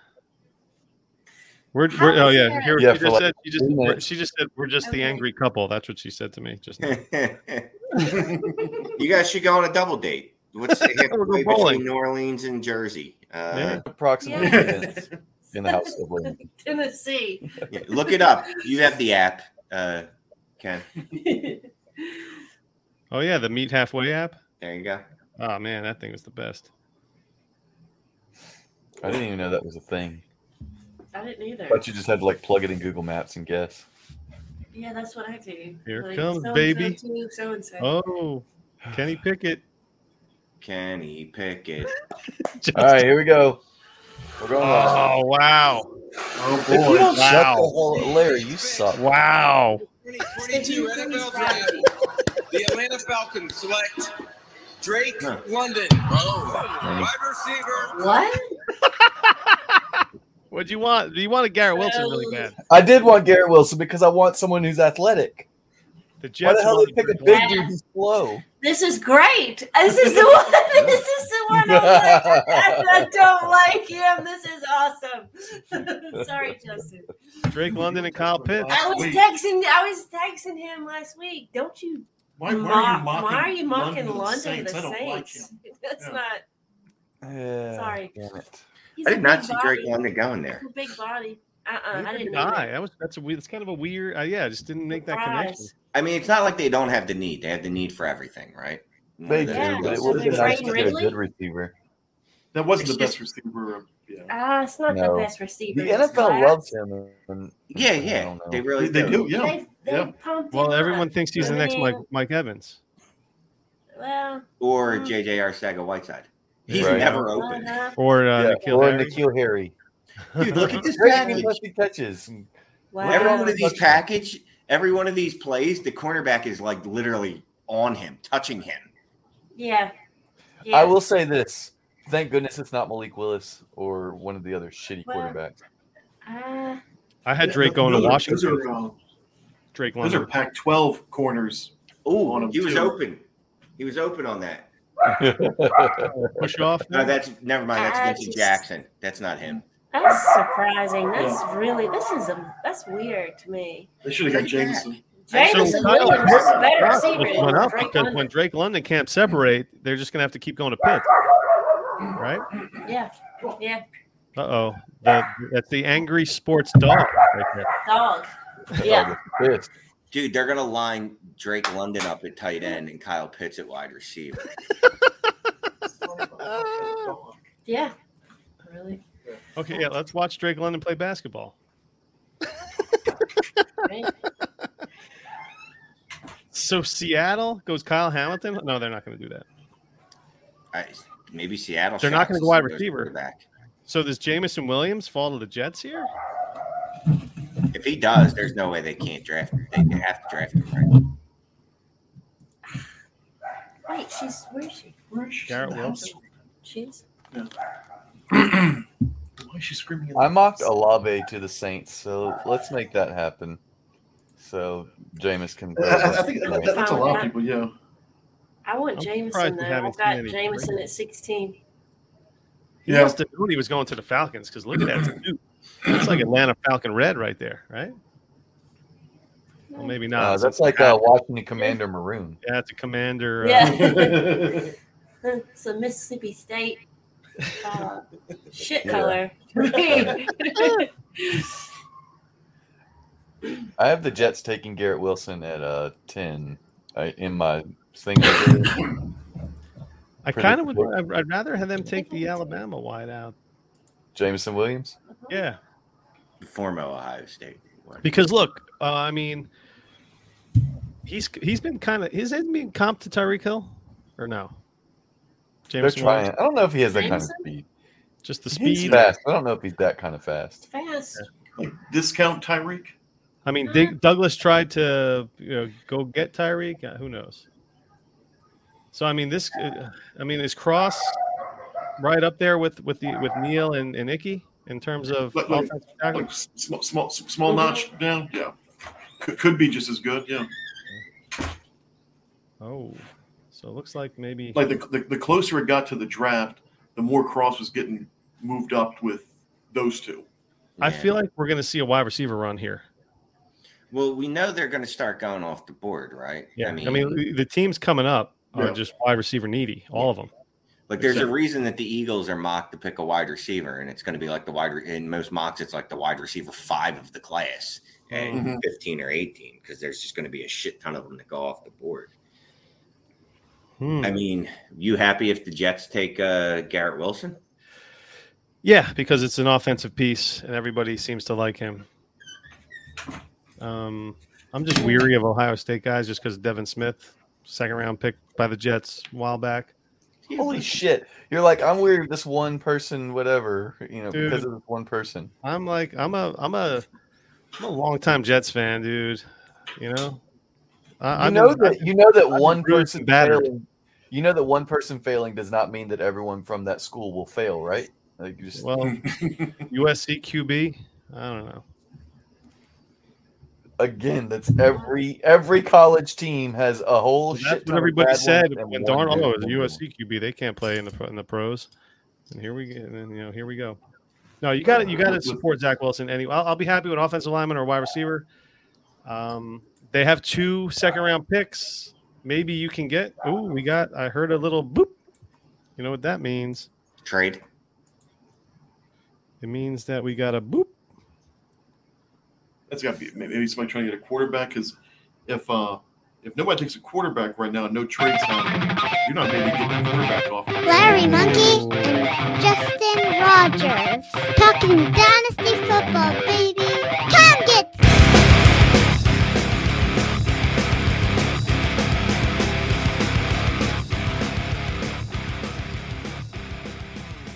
We're, we're oh yeah, here Yeah, she for just like said she just three minutes. she just said we're just the angry couple. That's what she said to me just now. you guys should go on a double date. What's the We'll go halfway bowling. between New Orleans and Jersey? Uh, Approximately Yeah. minutes in the house of Lynn. Tennessee. yeah, Look it up. You have the app, uh, Ken. Oh yeah, the meet halfway app. There you go. Oh man, that thing was the best. I didn't even know that was a thing. I didn't I either. thought you just had to like plug it in Google Maps and guess. Yeah, that's what I do. Here comes so-and-so baby. to so-and-so. Oh, Kenny Pickett. Kenny Pickett. All right, here we go. We're going. live. Oh wow, Oh If you boy. don't shut the wow. hell, Larry, you suck. wow. 2022 NFL Draft. The Atlanta Falcons select Drake Huh. London, wide receiver. What? What do you want? Do you want a Garrett Wilson really bad? I did want Garrett Wilson because I want someone who's athletic. The Jets. hell won they pick a the- big dude who's slow? This is great. This is the one. This is the one I'm like, I, I don't like him. This is awesome. Sorry, Justin. Drake London and Kyle Pitts. I was texting. I was texting him last week. Don't you? Why- why are you mock- mocking why are you mocking London to the London, Saints? to I the don't like Saints? That's Yeah. not. Sorry. He's I a did not big see Drake body. London going there. He's a Big body. Uh uh I didn't. know Guy, that. that was that's a weird. It's kind of a weird. Uh, yeah, I just didn't make that connection. Surprise. I mean, it's not like they don't have the need. They have the need for everything, right? They do, Yeah, but it so wasn't they're actually Ray a Ridley? good receiver. That wasn't the best receiver. Yeah. Ah, it's not No. the best receiver. The in this NFL class. loves him. and- Yeah, I yeah. don't know. They really They do, do. yeah. They've, they've yeah. pumped him Well, everyone up. thinks he's the I next Mike mean, Mike Evans. Well, Or J.J. Arcega Whiteside. He's Right. never open. uh-huh. Or uh, Nikhil Yeah, or Harry. Nikhil Harry. Dude, look at this Great package. contested catches. Wow. Every one of these package, every one of these plays, the cornerback is like literally on him, touching him. Yeah. I will say this. Thank goodness it's not Malik Willis or one of the other shitty Well, quarterbacks. Uh, I had Drake going Those to are- Washington. Those are, uh, Drake those London. are Pac-12 corners. On Oh, him, he was too. open. He was open on that. Push off. No, Mm-hmm. that's never mind. That's I Vincent just- Jackson. That's not him. that's surprising. That's really. This is a. That's weird to me. They should have got Jameson. James So Tyler Williams is a better Ross receiver. just went than up Drake because when London. Drake London can't separate, they're just going to have to keep going to Pitts, right? Yeah. Yeah. Uh oh, that's the angry sports dog. Right there. Dog. Yeah. Yes. Dude, they're gonna line Drake London up at tight end and Kyle Pitts at wide receiver. Yeah. Really. Okay, yeah, let's watch Drake London play basketball. Great. So Seattle goes Kyle Hamilton. No, they're not going to do that. I, maybe Seattle. They're not shops gonna go wide goes receiver. quarterback. So does Jamison Williams fall to the Jets here? If he does, there's no way they can't draft. Him. They they have to draft him. Right? Wait. She's. Where's she? Garrett Wilson. She's. Why is she screaming? I mocked Alave to the Saints, so let's make that happen. So Jameis can. I, I- I think that, that- that's a Oh, lot of people. Yeah. I want I'm Jameson surprised we though. haven't I've seen got any Jameson Drake. at 16. He Yeah. must have known he was going to the Falcons because look at that suit. That's like Atlanta Falcon red right there, right? Well, maybe not. Uh, that's like uh, Washington Commander Maroon. yeah, it's a commander. Uh, Yeah. so Mississippi State. Uh, shit color. I have the Jets taking Garrett Wilson at uh, ten I, in my thing. over there. I kind of would. I'd I'd rather have them take the Alabama wide out. Jameson Williams. Yeah, Former Ohio State. because look, uh, I mean, he's he's been kind of his hasn't been comp to Tyreek Hill or no? They're James trying. I don't know if he has that kind of Jameson? speed. just the He's speed. fast. I don't know if he's that kind of fast. Fast. Like, discount Tyreek. I mean, Dig, Douglas tried to you know go get Tyreek. Uh, who knows? So I mean, this. Uh, I mean, is Cross right up there with with the with Neil and, and Icky in terms of Like- like- offensive tackle? Like small, small, Mm-hmm. small notch down. Yeah. Could, could be just as good. Yeah. Oh, so it looks like maybe Like the, the the closer it got to the draft, the more Cross was getting moved up with those two. I feel like we're going to see a wide receiver run here. Well, we know they're going to start going off the board, right? Yeah, I mean, the teams coming up are Yeah. just wide receiver needy, all of them. like there's a reason that the Eagles are mocked to pick a wide receiver, and it's going to be like the wide. Re- in most mocks, it's like the wide receiver five of the class, and Mm-hmm. Mhm. fifteen or eighteen, because there's just going to be a shit ton of them that go off the board. Hmm. I mean, you happy if the Jets take uh, Garrett Wilson? Yeah, because it's an offensive piece, and everybody seems to like him. Um, I'm just weary of Ohio State guys just because Devin Smith, second round pick by the Jets a while back. Holy shit! You're like I'm weird. of This one person, whatever you know, because of this one person. I'm like, I'm a, I'm a, I'm a longtime Jets fan, dude. You know, You I, I've know been- that you know that one really person battered. failing. You know that one person failing does not mean that everyone from that school will fail, right? Like you just well, USC QB. I don't know. Again, that's every every college team has a whole shit. That's ton what of everybody bad ones said. and When one Darn, good oh, it's one. USC QB, they can't play in the pro- in the pros. And here we get, and then, you know, here we go. No, you got to You got to support Zach Wilson. Anyway, I'll, I'll be happy with offensive lineman or wide receiver. Um, they have two second round picks. Maybe you can get. Oh, we got. I heard a little boop. You know what that means? Trade. It means that we got a boop. That's got to be maybe somebody trying to get a quarterback because if uh if nobody takes a quarterback right now, no trades happening. You're not maybe getting a quarterback off. Larry Monkey and Justin Rogers talking dynasty football, baby.